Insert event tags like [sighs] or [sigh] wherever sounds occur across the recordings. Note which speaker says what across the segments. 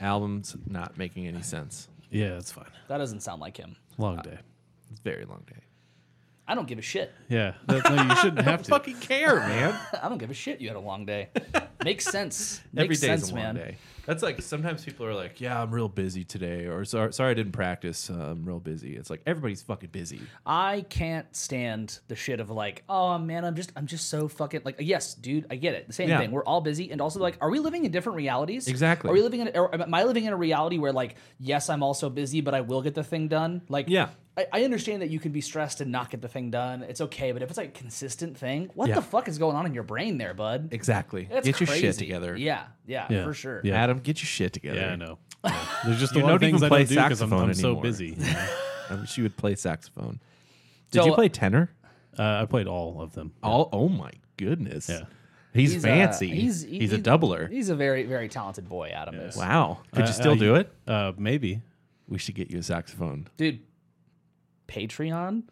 Speaker 1: Album's not making any sense.
Speaker 2: Yeah, it's fine.
Speaker 3: That doesn't sound like him.
Speaker 2: Long day.
Speaker 1: It's a very long day.
Speaker 3: I don't give a shit. [laughs]
Speaker 2: Yeah, that, no, you shouldn't have to.
Speaker 1: Fucking care, man.
Speaker 3: I don't give a shit. You had a
Speaker 1: [laughs]
Speaker 3: long day. Makes sense. [laughs] Makes
Speaker 1: Every day's
Speaker 3: sense,
Speaker 1: a long
Speaker 3: man.
Speaker 1: day. That's like sometimes people are like, "Yeah, I'm real busy today," or "Sorry, sorry I didn't practice. Uh, I'm real busy." It's like everybody's fucking busy.
Speaker 3: I can't stand the shit of like, oh man, I'm just, I'm just so fucking like, yes, dude, I get it. The same
Speaker 1: Yeah.
Speaker 3: thing. We're all busy, and also like, are we living in different realities?
Speaker 1: Exactly.
Speaker 3: Are we living in? Or am I living in a reality where like, yes, I'm also busy, but I will get the thing done? Like,
Speaker 1: Yeah.
Speaker 3: I, I understand that you can be stressed and not get the thing done. It's okay, but if it's like a consistent thing, what
Speaker 1: Yeah.
Speaker 3: the fuck is going on in your brain there, bud?
Speaker 1: Exactly.
Speaker 3: That's
Speaker 1: get your shit
Speaker 3: crazy.
Speaker 1: together.
Speaker 3: Yeah, yeah,
Speaker 2: Yeah.
Speaker 3: for sure.
Speaker 2: Yeah.
Speaker 1: Adam, get your shit together.
Speaker 2: Yeah, I know. Yeah. There's just a
Speaker 1: You
Speaker 2: lot of
Speaker 1: don't even
Speaker 2: things I
Speaker 1: play
Speaker 2: don't do because I'm,
Speaker 1: saxophone
Speaker 2: I'm so
Speaker 1: anymore.
Speaker 2: busy. you know?
Speaker 1: I wish you would play saxophone. Did
Speaker 3: So-
Speaker 1: you play tenor?
Speaker 2: uh, I played all of them.
Speaker 1: Oh, oh my goodness.
Speaker 2: Yeah.
Speaker 1: He's,
Speaker 3: He's, uh,
Speaker 1: fancy.
Speaker 3: he's-
Speaker 1: he's,
Speaker 3: he-
Speaker 1: a
Speaker 3: he-
Speaker 1: doubler.
Speaker 3: He's a very, very talented boy, Adam is.
Speaker 1: wow. Could
Speaker 2: Uh,
Speaker 1: you still
Speaker 2: uh,
Speaker 1: do it?
Speaker 2: Uh, maybe.
Speaker 1: We should get you a saxophone.
Speaker 3: Dude, Patreon?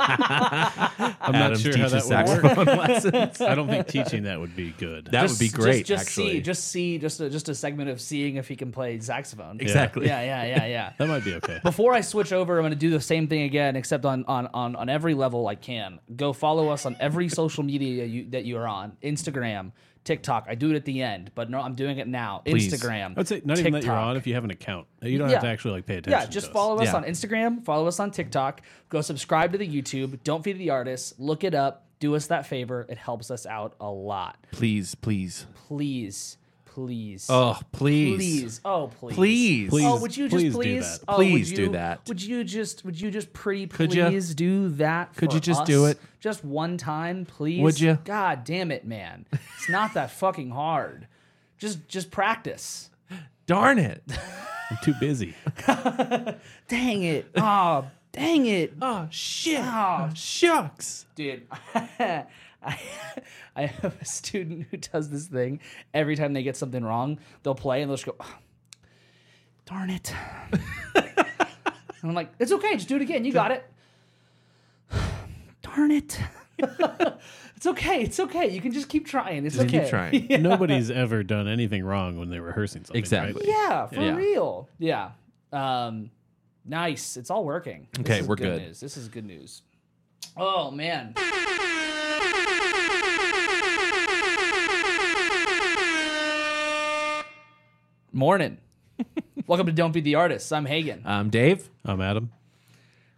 Speaker 2: I'm
Speaker 1: Adam
Speaker 2: not sure how
Speaker 1: teaches
Speaker 2: that would work.
Speaker 1: saxophone lessons.
Speaker 2: I don't think teaching that would be good.
Speaker 1: That would be great.
Speaker 3: Just, just
Speaker 1: actually.
Speaker 3: see, just see, just a, just a segment of seeing if he can play saxophone.
Speaker 1: exactly.
Speaker 3: Yeah, yeah,
Speaker 2: [laughs]
Speaker 3: yeah, yeah.
Speaker 2: that might be okay.
Speaker 3: Before I switch over, I'm going to do the same thing again, except on, on, on, on every level I can. Go follow us on every social media you, that you are on Instagram, TikTok. I do it at the end, but no, I'm doing it now.
Speaker 1: Please.
Speaker 3: Instagram.
Speaker 2: I would say not even that you're
Speaker 3: TikTok.
Speaker 2: on if you have an account. You don't
Speaker 3: Yeah.
Speaker 2: have to actually like pay attention.
Speaker 3: Yeah, just
Speaker 2: to us.
Speaker 3: follow us
Speaker 1: Yeah.
Speaker 3: on Instagram, follow us on TikTok, go subscribe to the YouTube. Don't feed the artists. Look it up. Do us that favor. It helps us out a lot.
Speaker 1: Please, please.
Speaker 3: Please, please,
Speaker 1: Oh, please.
Speaker 3: please, oh please,
Speaker 1: Please.
Speaker 3: Oh, would you
Speaker 2: Please
Speaker 3: just please,
Speaker 2: do that.
Speaker 3: Oh, would
Speaker 1: Please do
Speaker 3: you-
Speaker 1: that.
Speaker 3: Would you just, would you just pretty
Speaker 1: Could ya?
Speaker 3: please do that?
Speaker 1: Could
Speaker 3: for
Speaker 1: you just
Speaker 3: us?
Speaker 1: do it?
Speaker 3: just one time, please?
Speaker 1: Would ya?
Speaker 3: God damn it, man! It's not that fucking hard. Just, just practice.
Speaker 1: Darn it. [laughs]
Speaker 2: I'm too
Speaker 3: [laughs]
Speaker 2: busy.
Speaker 3: Dang it! Oh, dang it!
Speaker 1: Oh, shit.
Speaker 3: Oh,
Speaker 1: shucks.
Speaker 3: dude [laughs] I, I have a student who does this thing every time they get something wrong they'll play and they'll just go "Ah, darn it and i'm like it's okay just do it again you got it [sighs] darn it [laughs] it's okay it's okay you can just keep trying it's
Speaker 1: Just
Speaker 3: okay
Speaker 1: keep trying. [laughs]
Speaker 2: Nobody's ever done anything wrong when they're rehearsing something. right?
Speaker 1: Exactly.
Speaker 3: [laughs] yeah for
Speaker 1: Yeah.
Speaker 3: real yeah um nice it's all working This
Speaker 1: Okay,
Speaker 3: is
Speaker 1: we're good.
Speaker 3: news. this is good news oh man Morning. Welcome to Don't Be the Artist. I'm Hagen.
Speaker 1: Um, Dave?
Speaker 2: I'm Adam.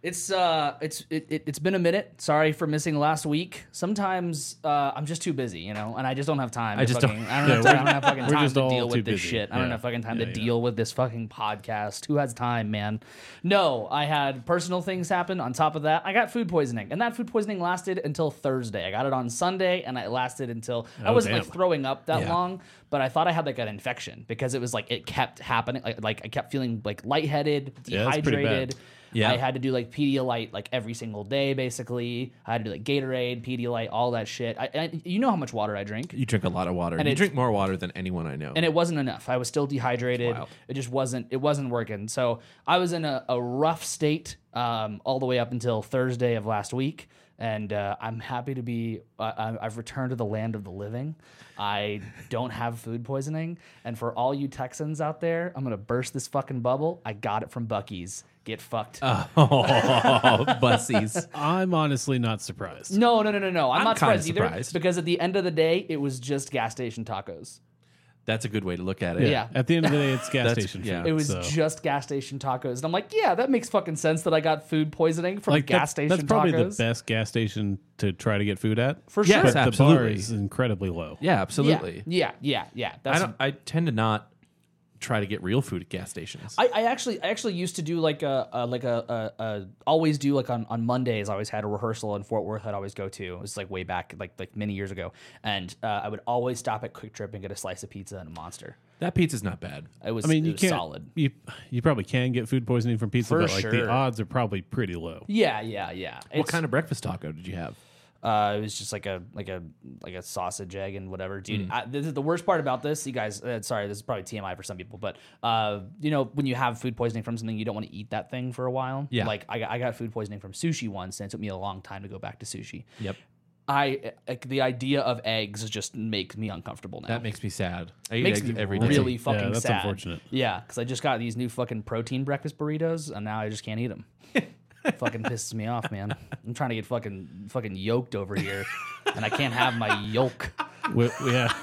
Speaker 3: It's uh, it's it, it, it's been a minute. Sorry for missing last week. Sometimes uh, I'm just too busy, you know, and I just don't have time. I
Speaker 1: just
Speaker 3: fucking,
Speaker 1: don't-
Speaker 3: I don't,
Speaker 2: [laughs]
Speaker 3: have,
Speaker 2: Yeah,
Speaker 3: time, I don't have fucking
Speaker 2: we're
Speaker 3: time
Speaker 2: just
Speaker 3: to
Speaker 2: all
Speaker 3: deal
Speaker 2: too
Speaker 3: with this
Speaker 2: busy.
Speaker 3: shit. I don't
Speaker 2: Yeah.
Speaker 3: have fucking time
Speaker 2: Yeah,
Speaker 3: to
Speaker 2: yeah.
Speaker 3: deal with this fucking podcast. Who has time, man? No, I had personal things happen. On top of that, I got food poisoning, and that food poisoning lasted until Thursday. I got it on Sunday, and it lasted until I
Speaker 2: Oh,
Speaker 3: wasn't
Speaker 2: damn.
Speaker 3: like throwing up that
Speaker 1: Yeah.
Speaker 3: long, but I thought I had like an infection because it was like it kept happening. Like, like I kept feeling like lightheaded,
Speaker 2: Yeah, that's pretty bad.
Speaker 3: dehydrated.
Speaker 1: Yeah.
Speaker 3: I had to do like Pedialyte like every single day, basically. I had to do like Gatorade, Pedialyte, all that shit. I, I you know how much water I drink,
Speaker 1: You drink a lot of water. you
Speaker 3: it's-
Speaker 1: drink more water than anyone I know.
Speaker 3: and it wasn't enough. I was still dehydrated.
Speaker 1: wild.
Speaker 3: It just wasn't. It wasn't working. So I was in a, a rough state um, all the way up until Thursday of last week. And uh, I'm happy to be. I I- I've returned to the land of the living. I don't have food poisoning. And for all you Texans out there, I'm gonna burst this fucking bubble. I got it from Bucky's. Get fucked.
Speaker 1: [laughs] oh, bussies.
Speaker 2: I'm honestly not surprised.
Speaker 3: No, no, no, no, no. I'm,
Speaker 1: I'm
Speaker 3: not
Speaker 1: kinda
Speaker 3: surprised,
Speaker 1: surprised.
Speaker 3: either because at the end of the day, it was just gas station tacos.
Speaker 1: That's a good way to look at it.
Speaker 3: Yeah.
Speaker 2: At the end of the day, it's gas
Speaker 1: That's-
Speaker 2: station.
Speaker 1: yeah.
Speaker 2: food,
Speaker 3: It was
Speaker 2: so-
Speaker 3: just gas station tacos, and I'm like, yeah, that makes fucking sense that I got food poisoning from
Speaker 2: like
Speaker 3: gas
Speaker 2: that-
Speaker 3: station
Speaker 2: That's probably
Speaker 3: tacos.
Speaker 2: the best gas station to try to get food at.
Speaker 3: For
Speaker 1: Yes,
Speaker 3: sure.
Speaker 2: But the bar
Speaker 1: absolutely.
Speaker 2: is incredibly low.
Speaker 1: Yeah, absolutely.
Speaker 3: Yeah, yeah, yeah. yeah.
Speaker 1: I
Speaker 3: That's
Speaker 1: don't. I tend to not try to get real food at gas stations.
Speaker 3: I, I actually I actually used to do like a, a like a, a, a always do like on, on Mondays I always had a rehearsal in Fort Worth I'd always go to it was like way back like like many years ago and uh, I would always stop at Quick Trip and get a slice of pizza and a monster
Speaker 1: that pizza's not bad.
Speaker 3: it was
Speaker 2: I mean,
Speaker 3: it
Speaker 2: you
Speaker 3: was
Speaker 2: can't.
Speaker 3: solid
Speaker 2: You you probably can get food poisoning from pizza,
Speaker 3: For
Speaker 2: but like the
Speaker 3: sure.
Speaker 2: odds are probably pretty
Speaker 3: [laughs]
Speaker 2: low.
Speaker 3: yeah yeah yeah
Speaker 1: What kind of breakfast taco did you have?
Speaker 3: Uh, it was just like a like a like a sausage egg and whatever, dude. I, this is the worst part about this, you guys. Uh, sorry, this is probably TMI for some people, but uh, you know when you have food poisoning from something, you don't want to eat that thing for a while.
Speaker 1: Yeah.
Speaker 3: Like I, got- I got food poisoning from sushi once, and it took me a long time to go back to sushi.
Speaker 1: Yep.
Speaker 3: I like the idea of eggs just makes me uncomfortable now.
Speaker 1: That makes me sad. I eat
Speaker 3: makes
Speaker 1: eggs
Speaker 3: me
Speaker 1: every day.
Speaker 3: really
Speaker 2: Yeah,
Speaker 3: fucking
Speaker 2: that's
Speaker 3: sad.
Speaker 2: unfortunate.
Speaker 3: Yeah, because I just got these new fucking protein breakfast burritos, and now I just can't eat them. fucking pisses me off, man. I'm trying to get fucking fucking yoked over here, and I can't have my yolk.
Speaker 2: We, yeah.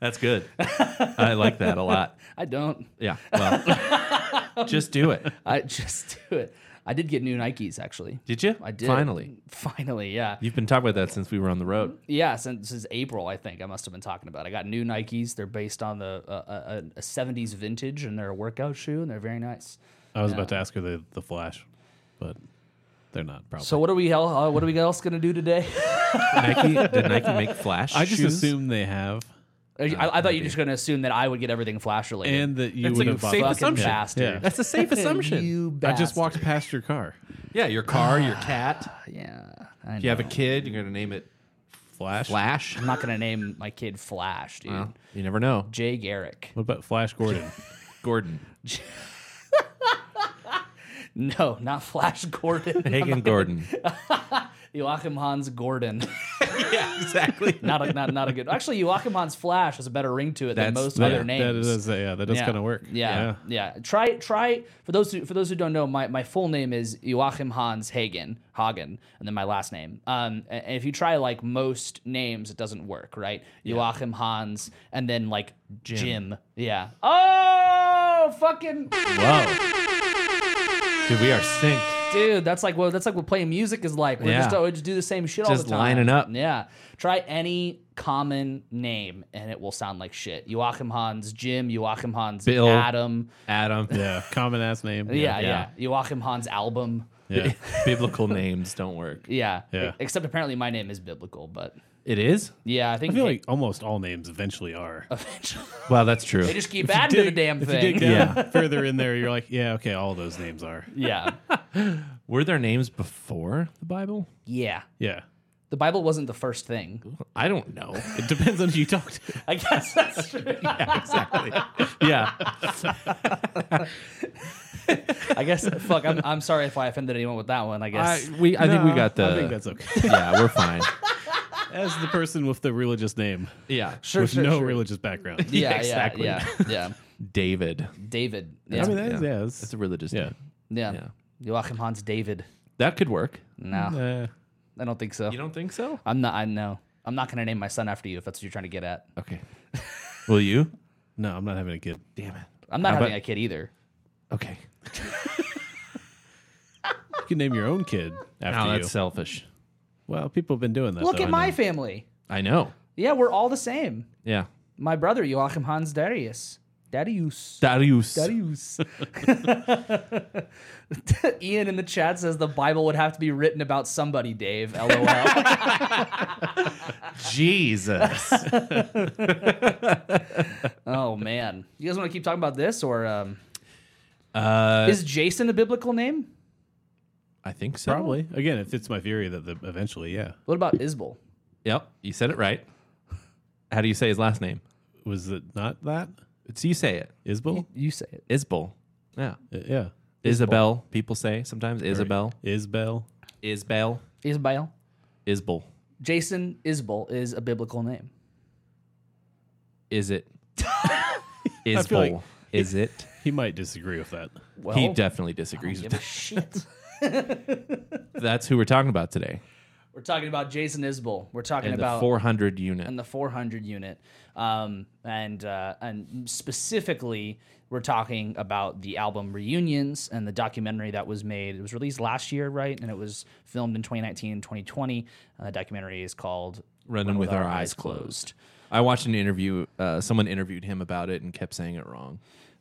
Speaker 1: That's good. I like that a lot.
Speaker 3: I don't.
Speaker 1: Yeah. Well, [laughs] just do it.
Speaker 3: I just [laughs] do it. I did get new Nikes actually.
Speaker 1: Did you?
Speaker 3: I did
Speaker 1: Finally.
Speaker 3: Finally, yeah,
Speaker 1: You've been talking about that since we were on the [laughs] road.
Speaker 3: yeah. Since since April, I think I must have been talking about. it. I got new Nikes. They're based on the uh, uh, a '70s vintage, and they're a workout shoe, and they're very nice.
Speaker 2: I was about to ask her the, the flash, but they're not probably.
Speaker 3: So what are we el- uh, what are we else gonna do today? [laughs]
Speaker 1: Nike did Nike make flash?
Speaker 2: I just
Speaker 1: shoes?
Speaker 2: assume they have,
Speaker 3: I,
Speaker 1: Uh,
Speaker 3: I thought you were just gonna assume that I would get everything flash related.
Speaker 2: and that you
Speaker 1: That's
Speaker 2: would
Speaker 1: like
Speaker 2: have
Speaker 1: a
Speaker 2: bought.
Speaker 1: safe
Speaker 2: them.
Speaker 3: fucking
Speaker 1: assumption.
Speaker 3: bastard.
Speaker 2: Yeah.
Speaker 1: That's a [laughs] safe assumption.
Speaker 3: You
Speaker 2: I
Speaker 3: bastard.
Speaker 2: just walked past your car.
Speaker 1: Yeah, your car, [sighs] your cat.
Speaker 3: Yeah, I
Speaker 1: If you
Speaker 3: know.
Speaker 1: have a kid, you're gonna name it [laughs]
Speaker 2: Flash.
Speaker 1: Flash.
Speaker 3: I'm not gonna name my kid Flash, dude.
Speaker 1: Well, you never know.
Speaker 3: Jay Garrick. [laughs]
Speaker 2: What about Flash Gordon?
Speaker 1: Gordon.
Speaker 3: No, not
Speaker 1: [laughs]
Speaker 3: Flash Gordon.
Speaker 1: Hagen Gordon.
Speaker 3: Joachim Hans Gordon. [laughs]
Speaker 1: yeah, [laughs] exactly.
Speaker 3: Not a, not not a good. Actually, Joachim Hans Flash has a better ring to it
Speaker 1: That's-
Speaker 3: than most
Speaker 1: that-
Speaker 2: Yeah,
Speaker 3: other names.
Speaker 2: That is, yeah, that does
Speaker 3: Yeah.
Speaker 2: kind of work.
Speaker 3: Yeah, yeah. Try try for those who for those who don't know, my, my full name is Joachim Hans Hagen Hagen, and then my last name. Um, a- and if you try like most names, it doesn't work, right? Joachim Hans, and then like Jim. Yeah. Oh, fucking
Speaker 1: Whoa. Dude, we are synced.
Speaker 3: dude, that's like well, that's like what playing music is like. We're
Speaker 1: Yeah.
Speaker 3: just always do the same shit all
Speaker 1: Just
Speaker 3: the time.
Speaker 1: lining up.
Speaker 3: Yeah. Try any common name, and it will sound like shit. Joachim Hans Jim, Joachim Hans
Speaker 1: Bill.
Speaker 3: Adam.
Speaker 1: Adam.
Speaker 2: Yeah. Common ass name.
Speaker 3: Yeah,
Speaker 1: Yeah.
Speaker 3: yeah. Joachim Hans album.
Speaker 2: Yeah.
Speaker 1: [laughs] Biblical names don't work.
Speaker 3: Yeah. E,
Speaker 2: Yeah.
Speaker 3: Except apparently my name is biblical, but
Speaker 1: It is?
Speaker 3: yeah, I think
Speaker 2: I feel like almost all names eventually are.
Speaker 3: eventually
Speaker 1: Well, that's true.
Speaker 3: they just keep adding to the damn
Speaker 2: if
Speaker 3: thing.
Speaker 2: you dig down
Speaker 1: Yeah.
Speaker 2: [laughs] further in there, you're like, yeah, okay, all those names are.
Speaker 3: yeah.
Speaker 1: Were there names before the Bible?
Speaker 3: Yeah.
Speaker 2: Yeah.
Speaker 3: The Bible wasn't the first thing.
Speaker 1: I don't know.
Speaker 2: It depends on who you talk to.
Speaker 3: I guess that's true.
Speaker 1: exactly. [laughs] yeah.
Speaker 3: I guess fuck, I'm I'm sorry if I offended anyone with that one, I guess.
Speaker 1: I, we, I think we
Speaker 2: No,
Speaker 1: got the.
Speaker 2: I think that's okay.
Speaker 1: [laughs] yeah, we're [laughs] fine.
Speaker 2: As the person with the religious name,
Speaker 1: Yeah.
Speaker 3: sure,
Speaker 2: with
Speaker 3: sure,
Speaker 2: no
Speaker 3: sure.
Speaker 2: religious background.
Speaker 3: Yeah, yeah,
Speaker 1: exactly.
Speaker 3: yeah, yeah.
Speaker 1: David.
Speaker 3: David. Yeah.
Speaker 2: I mean, that is
Speaker 1: Yeah.
Speaker 2: yeah.
Speaker 1: That's
Speaker 2: that's-
Speaker 1: a religious
Speaker 2: yeah.
Speaker 1: name.
Speaker 3: yeah.
Speaker 1: yeah.
Speaker 3: Joachim Hans David.
Speaker 1: That could work.
Speaker 3: No.
Speaker 2: Uh,
Speaker 3: I don't think so.
Speaker 1: You don't think so?
Speaker 3: I'm not I know. I'm not gonna name my son after you if that's what you're trying to get at.
Speaker 1: Okay. Will you?
Speaker 2: no, I'm not having a kid.
Speaker 1: Damn it.
Speaker 3: I'm not
Speaker 1: How about-
Speaker 3: having a kid either.
Speaker 1: Okay.
Speaker 2: You can name your own kid after
Speaker 1: Now
Speaker 2: you.
Speaker 1: that's selfish.
Speaker 2: well, people have been doing that.
Speaker 3: Look
Speaker 2: though,
Speaker 3: at
Speaker 2: I
Speaker 3: my
Speaker 2: know.
Speaker 3: family.
Speaker 1: I know.
Speaker 3: Yeah, we're all the same.
Speaker 1: Yeah.
Speaker 3: my brother Joachim Hans Darius. Darius.
Speaker 1: Darius.
Speaker 3: Darius. [laughs] Ian in the chat says the Bible would have to be written about somebody, Dave.
Speaker 1: [laughs]
Speaker 3: LOL.
Speaker 2: [laughs]
Speaker 1: Jesus.
Speaker 3: oh man. You guys want to keep talking about this or um,
Speaker 1: uh,
Speaker 3: is Jason a biblical name?
Speaker 1: I think so.
Speaker 2: Probably. Again, it fits my theory that the, eventually, yeah.
Speaker 3: What about Isbel?
Speaker 1: Yep. You said it right. How do you say his last name?
Speaker 2: Was it not that?
Speaker 1: So you say it.
Speaker 2: Isbel?
Speaker 3: You say it.
Speaker 1: Isbel. Yeah.
Speaker 2: Uh, yeah.
Speaker 1: Isabel, people say sometimes. Isabel.
Speaker 2: Isbel.
Speaker 1: Isbel.
Speaker 3: Isbel.
Speaker 1: [laughs] Isbel.
Speaker 3: Jason Isbel is a biblical name.
Speaker 1: Is it?
Speaker 2: feel like-
Speaker 1: Isbel. Is it?
Speaker 2: He might disagree with that.
Speaker 3: Well, oh,
Speaker 1: He definitely disagrees with
Speaker 3: give a shit.
Speaker 1: [laughs] that. That's who we're talking about today.
Speaker 3: We're talking about Jason Isbel. We're talking
Speaker 1: And the
Speaker 3: about
Speaker 1: 400 unit.
Speaker 3: and the 400 unit. Um, and uh, and specifically, we're talking about the album Reunions and the documentary that was made. It was released last year, right? And it was filmed in 2019 and 2020. And Uh, the documentary is called
Speaker 1: Running with Our Eyes Closed. I watched an interview. Uh, someone interviewed him about it and kept saying it wrong.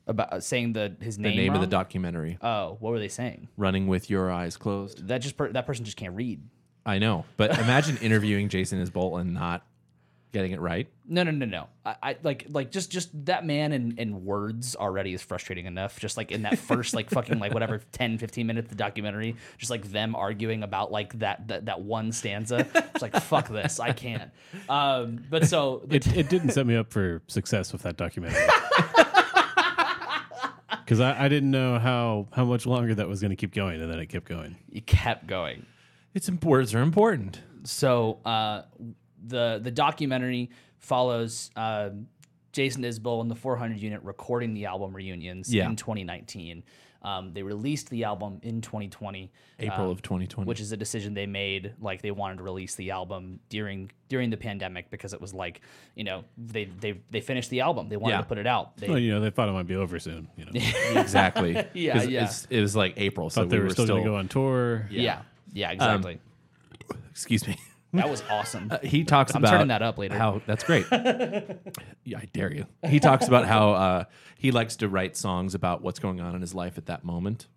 Speaker 3: About uh, saying the his
Speaker 1: The
Speaker 3: name.
Speaker 1: name, of the
Speaker 3: wrong?
Speaker 1: documentary,
Speaker 3: Oh, what were they saying?
Speaker 1: Running with Your Eyes Closed.
Speaker 3: That just per- that person just can't read.
Speaker 1: I know, but
Speaker 3: [laughs]
Speaker 1: imagine interviewing Jason Isbell and not getting it right.
Speaker 3: No, no, no, no. I, I like like just just that man in, in words already is frustrating enough. Just like in that first like fucking like whatever [laughs] 10, 15 minutes of the documentary, just like them arguing about like that that, that one stanza. It's like fuck this, I can't. Um, but so the [laughs]
Speaker 2: It, it didn't set me up for success with that documentary. Because I, I didn't know how, how much longer that was going to keep going, and then it kept going.
Speaker 3: it kept going.
Speaker 1: It's words are important.
Speaker 3: So uh, the the documentary follows uh, Jason Isbell and the 400 Unit recording the album reunions
Speaker 1: Yeah.
Speaker 3: in 2019. Um, they released the album in 2020,
Speaker 1: April of 2020.
Speaker 3: Uh, which is a decision they made. Like they wanted to release the album during during the pandemic because it was like you know they they they finished the album. They wanted
Speaker 1: Yeah.
Speaker 3: to put it out. They,
Speaker 2: Well, you know, they thought it might be over soon. You know, thought
Speaker 1: exactly.
Speaker 3: [laughs] Yeah,
Speaker 1: 'Cause
Speaker 3: yeah.
Speaker 1: it's- It was like April, so
Speaker 2: they
Speaker 1: we
Speaker 2: were still, going
Speaker 1: [laughs]
Speaker 2: to go on tour.
Speaker 3: yeah. yeah, exactly.
Speaker 1: Excuse me.
Speaker 3: that was awesome.
Speaker 1: He talks
Speaker 3: I'm
Speaker 1: about
Speaker 3: turning that up later.
Speaker 1: How that's
Speaker 3: [laughs]
Speaker 1: great. yeah, I dare you. He talks about how uh, he likes to write songs about what's going on in his life at that moment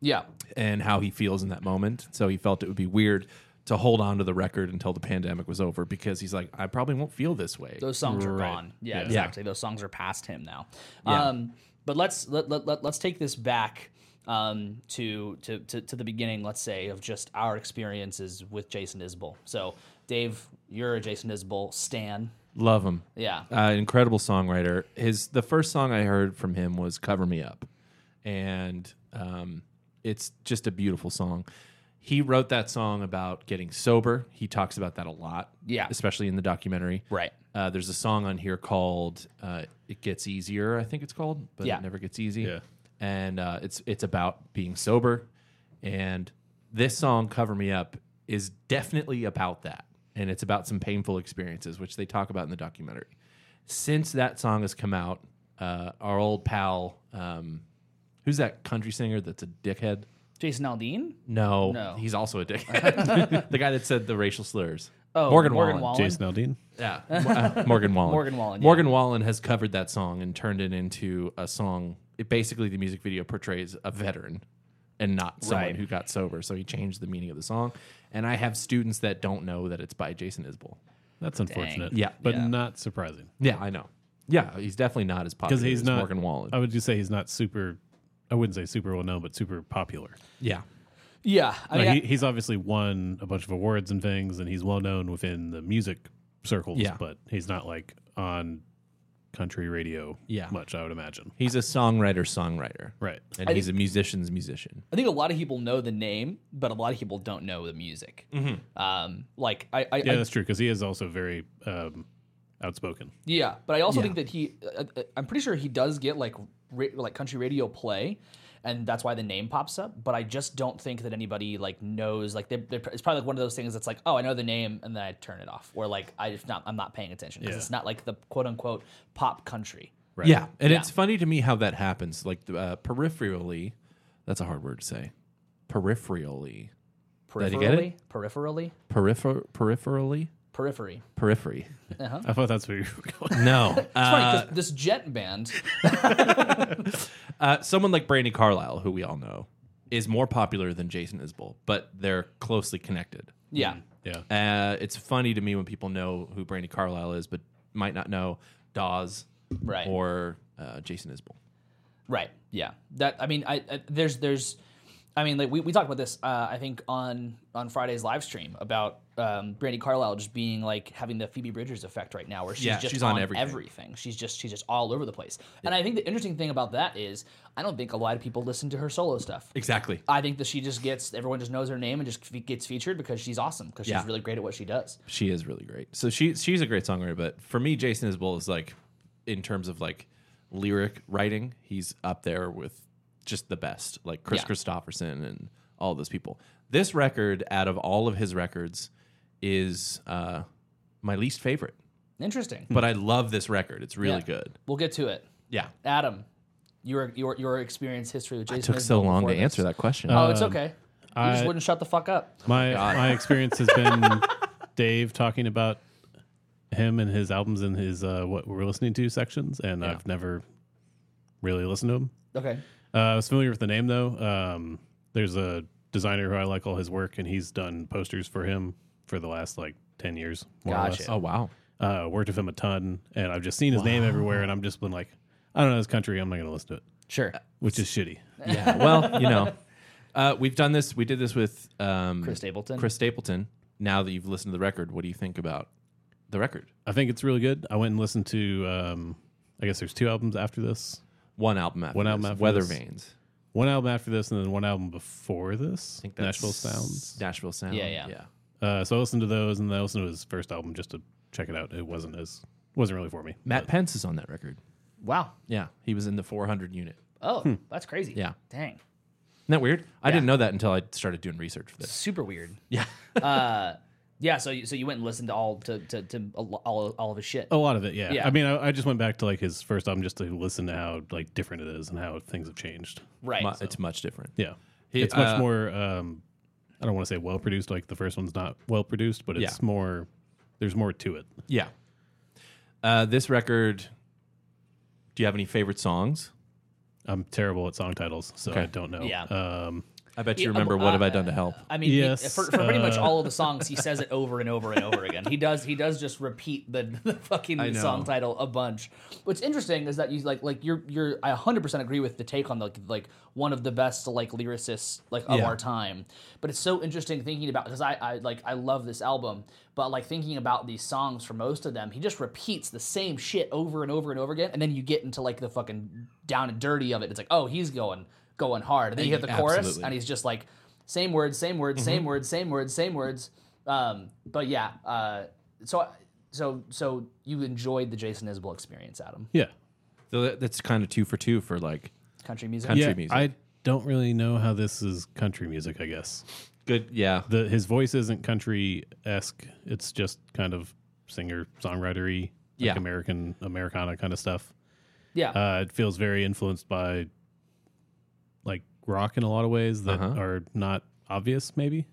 Speaker 3: yeah,
Speaker 1: and how he feels in that moment. So he felt it would be weird to hold on to the record until the pandemic was over because he's like, I probably won't feel this way.
Speaker 3: those songs are
Speaker 2: Right.
Speaker 3: gone. Yeah,
Speaker 2: Yeah.
Speaker 3: exactly. Those songs are past him now. Um, but let's let, let, let, let's take this back um, to, to to to the beginning. Let's say of just our experiences with Jason Isbell. So, Dave, you're a Jason Isbell stan.
Speaker 1: Love him.
Speaker 3: Yeah.
Speaker 1: uh, incredible songwriter. His the first song I heard from him was "Cover Me Up," and um, it's just a beautiful song. He wrote that song about getting sober. He talks about that a lot,
Speaker 3: Yeah.
Speaker 1: especially in the documentary.
Speaker 3: Right.
Speaker 1: Uh, there's a song on here called uh, "It Gets Easier," I think it's called, but
Speaker 3: Yeah.
Speaker 1: it never gets easy.
Speaker 2: Yeah.
Speaker 1: And uh, it's it's about being sober, and this song "Cover Me Up" is definitely about that, and it's about some painful experiences, which they talk about in the documentary. Since that song has come out, uh, our old pal, um, who's that country singer that's a dickhead?
Speaker 3: Jason Aldean.
Speaker 1: No,
Speaker 3: No.
Speaker 1: he's also a dickhead. [laughs] the guy that said the racial slurs.
Speaker 3: Oh, Morgan Wallen.
Speaker 2: Jason Aldean.
Speaker 1: Yeah, Mo- uh,
Speaker 3: [laughs]
Speaker 1: Morgan Wallen.
Speaker 3: Morgan Wallen, yeah.
Speaker 1: Morgan Wallen has covered that song and turned it into a song. It basically the music video portrays a veteran and not someone
Speaker 3: Right.
Speaker 1: who got sober. So he changed the meaning of the song. And I have students that don't know that it's by Jason Isbell.
Speaker 2: That's unfortunate.
Speaker 1: Yeah.
Speaker 2: but
Speaker 3: Yeah.
Speaker 2: not surprising
Speaker 1: Yeah, I know. Yeah, he's definitely not as popular
Speaker 2: because he's
Speaker 1: as
Speaker 2: not
Speaker 1: Morgan Wallen.
Speaker 2: I would just say he's not super. I wouldn't say super well known, but super popular.
Speaker 1: yeah.
Speaker 3: Yeah,
Speaker 1: Oh,
Speaker 3: I mean,
Speaker 2: Like,
Speaker 3: I-
Speaker 2: he, he's obviously won a bunch of awards and things, and he's well known within the music circles.
Speaker 1: Yeah.
Speaker 2: but he's not like on country radio.
Speaker 1: Yeah.
Speaker 2: much I would imagine.
Speaker 1: He's a songwriter songwriter.
Speaker 2: Right.
Speaker 1: And he's a musician's musician.
Speaker 3: I think a lot of people know the name, but a lot of people don't know the music. Um, like I, I,
Speaker 2: Yeah,
Speaker 3: I
Speaker 2: that's true because he is also very um, outspoken.
Speaker 3: Yeah, but I also think that he, uh, uh, I'm pretty sure he does get like ra- like country radio play, and that's why the name pops up. But I just don't think that anybody like knows like they they're, it's probably like one of those things that's like oh I know the name and then I turn it off or like I just not I'm not paying attention because
Speaker 2: Yeah.
Speaker 3: it's not like the quote unquote pop country.
Speaker 2: Right.
Speaker 1: Yeah, and
Speaker 3: Yeah.
Speaker 1: it's funny to me how that happens. Like uh, peripherally, that's a hard word to say. Peripherally,
Speaker 3: Peripherally,
Speaker 1: Did you get it?
Speaker 3: peripherally,
Speaker 1: peripher peripherally,
Speaker 3: periphery.
Speaker 1: periphery.
Speaker 2: I thought that's where you were
Speaker 1: [laughs]
Speaker 2: going.
Speaker 1: No,
Speaker 3: It's
Speaker 1: uh,
Speaker 3: funny 'cause this Jet band,
Speaker 1: uh, someone like Brandy Carlisle, who we all know, is more popular than Jason Isbell, but they're closely connected.
Speaker 3: yeah,
Speaker 2: [laughs] Yeah.
Speaker 1: Uh, it's funny to me when people know who Brandy Carlisle is, but might not know Dawes
Speaker 3: right.
Speaker 1: or uh, Jason Isbell.
Speaker 3: Right. Yeah. That. I mean. I, I there's there's. I mean, like we, we talked about this. Uh, I think on on Friday's live stream about um, Brandy Carlisle just being like having the Phoebe Bridgers effect right now, where she's
Speaker 1: Yeah,
Speaker 3: just
Speaker 1: she's
Speaker 3: on,
Speaker 1: on everything.
Speaker 3: She's just she's just all over the place. And I think the interesting thing about that is I don't think a lot of people listen to her solo stuff.
Speaker 1: Exactly.
Speaker 3: I think that she just gets everyone just knows her name and just fe- gets featured because she's awesome because
Speaker 1: Yeah.
Speaker 3: she's really great at what she does.
Speaker 1: She is really great. So she she's a great songwriter, but for me, Jason Isbell is like, in terms of like lyric writing, he's up there with just the best, like Chris
Speaker 3: Yeah.
Speaker 1: Christopherson and all those people. This record, out of all of his records, is uh, my least favorite,
Speaker 3: Interesting.
Speaker 1: but I love this record. It's really
Speaker 3: Hmm. Yeah.
Speaker 1: good.
Speaker 3: We'll get to it.
Speaker 1: Yeah,
Speaker 3: Adam, your your your experience history with Jason
Speaker 1: took so
Speaker 3: Isbell
Speaker 1: long
Speaker 3: before
Speaker 1: to
Speaker 3: this.
Speaker 1: answer that question.
Speaker 3: Oh, it's okay. You just
Speaker 2: I-
Speaker 3: wouldn't shut the fuck up.
Speaker 2: Oh My my experience has [laughs] been Dave talking about him and his albums and his uh, what we're listening to sections, and I've never really listened to him.
Speaker 3: Okay.
Speaker 2: Uh, I was familiar with the name though. Um, there's a designer who I like all his work, and he's done posters for him for the last like ten years. More
Speaker 3: Gotcha.
Speaker 1: oh wow,
Speaker 2: Or less. Uh, worked with him a ton, and I've just seen his name everywhere, and I'm just been like, I don't know this country. I'm not gonna listen to it,
Speaker 3: Sure.
Speaker 2: which is shitty.
Speaker 1: yeah. Well, you know, uh, we've done this. We did this with um,
Speaker 3: Chris Stapleton.
Speaker 1: Chris Stapleton. Now that you've listened to the record, what do you think about the record?
Speaker 2: I think it's really good. I went and listened to. Um, I guess there's two albums after this.
Speaker 1: One album after
Speaker 2: One
Speaker 1: this,
Speaker 2: album after
Speaker 1: Weather
Speaker 2: this.
Speaker 1: Veins.
Speaker 2: one album after this and then one album before this.
Speaker 1: I think that's
Speaker 2: Nashville Sounds.
Speaker 1: Nashville Sounds.
Speaker 3: Yeah, yeah.
Speaker 1: yeah.
Speaker 2: Uh, so I listened to those, and then I listened to his first album just to check it out. It wasn't as wasn't really for me.
Speaker 1: Matt Pence is on that record.
Speaker 3: Wow.
Speaker 1: Yeah, he was in the 400 unit.
Speaker 3: Oh, that's crazy.
Speaker 1: Yeah.
Speaker 3: Dang.
Speaker 1: Isn't that weird? I didn't know that until I started doing research for this.
Speaker 3: Super weird.
Speaker 1: Yeah.
Speaker 3: Uh, yeah. So you, so you went and listened to all to to, to all, all of his shit.
Speaker 2: A lot of it, yeah.
Speaker 3: Yeah.
Speaker 2: I mean, I, I just went back to like his first album just to listen to how like different it is and how things have changed.
Speaker 3: right.
Speaker 1: Mu- It's much different.
Speaker 2: Yeah,
Speaker 1: He-
Speaker 2: it's much
Speaker 1: uh,
Speaker 2: more. Um, I don't want to say well produced. Like the first one's not well produced, but it's
Speaker 1: Yeah.
Speaker 2: more. There's more to it.
Speaker 1: Yeah. Uh, this record, do you have any favorite songs?
Speaker 2: I'm terrible at song titles, so I
Speaker 1: Okay.
Speaker 2: don't know.
Speaker 3: Yeah.
Speaker 2: Um,
Speaker 1: I bet you
Speaker 3: Yeah,
Speaker 1: remember
Speaker 3: um,
Speaker 1: What Have
Speaker 3: uh,
Speaker 1: I Done to Help?
Speaker 3: I mean, he-
Speaker 2: Yes,
Speaker 3: for, for pretty much
Speaker 2: uh,
Speaker 3: all of the songs, he says it over and over and over again. He does. He does just repeat the, [laughs] the fucking
Speaker 1: know.
Speaker 3: song title a bunch. What's interesting is that you like like you're you're I 100 percent agree with the take on like like one of the best like lyricists like of
Speaker 1: Yeah.
Speaker 3: our time. But it's so interesting thinking about because I I like I love this album, but like thinking about these songs for most of them, he just repeats the same shit over and over and over again, and then you get into like the fucking down and dirty of it. It's like oh he's going going hard, and then you hit the chorus
Speaker 1: Absolutely.
Speaker 3: and he's just like same words, same words, same words, same words, same words. Um, but yeah, uh, so so so you enjoyed the Jason Isbell experience, Adam?
Speaker 2: yeah,
Speaker 1: So that- that's kind of two for two for like
Speaker 3: Country music.
Speaker 1: Country
Speaker 2: yeah.
Speaker 1: music.
Speaker 2: I don't really know how this is country music. I guess
Speaker 1: good. Yeah.
Speaker 2: the his voice isn't country esque. It's just kind of singer songwritery, like
Speaker 1: Yeah.
Speaker 2: American Americana kind of stuff.
Speaker 3: Yeah,
Speaker 2: Uh, it feels very influenced by like rock in a lot of ways that
Speaker 1: Uh-huh.
Speaker 2: are not obvious. Maybe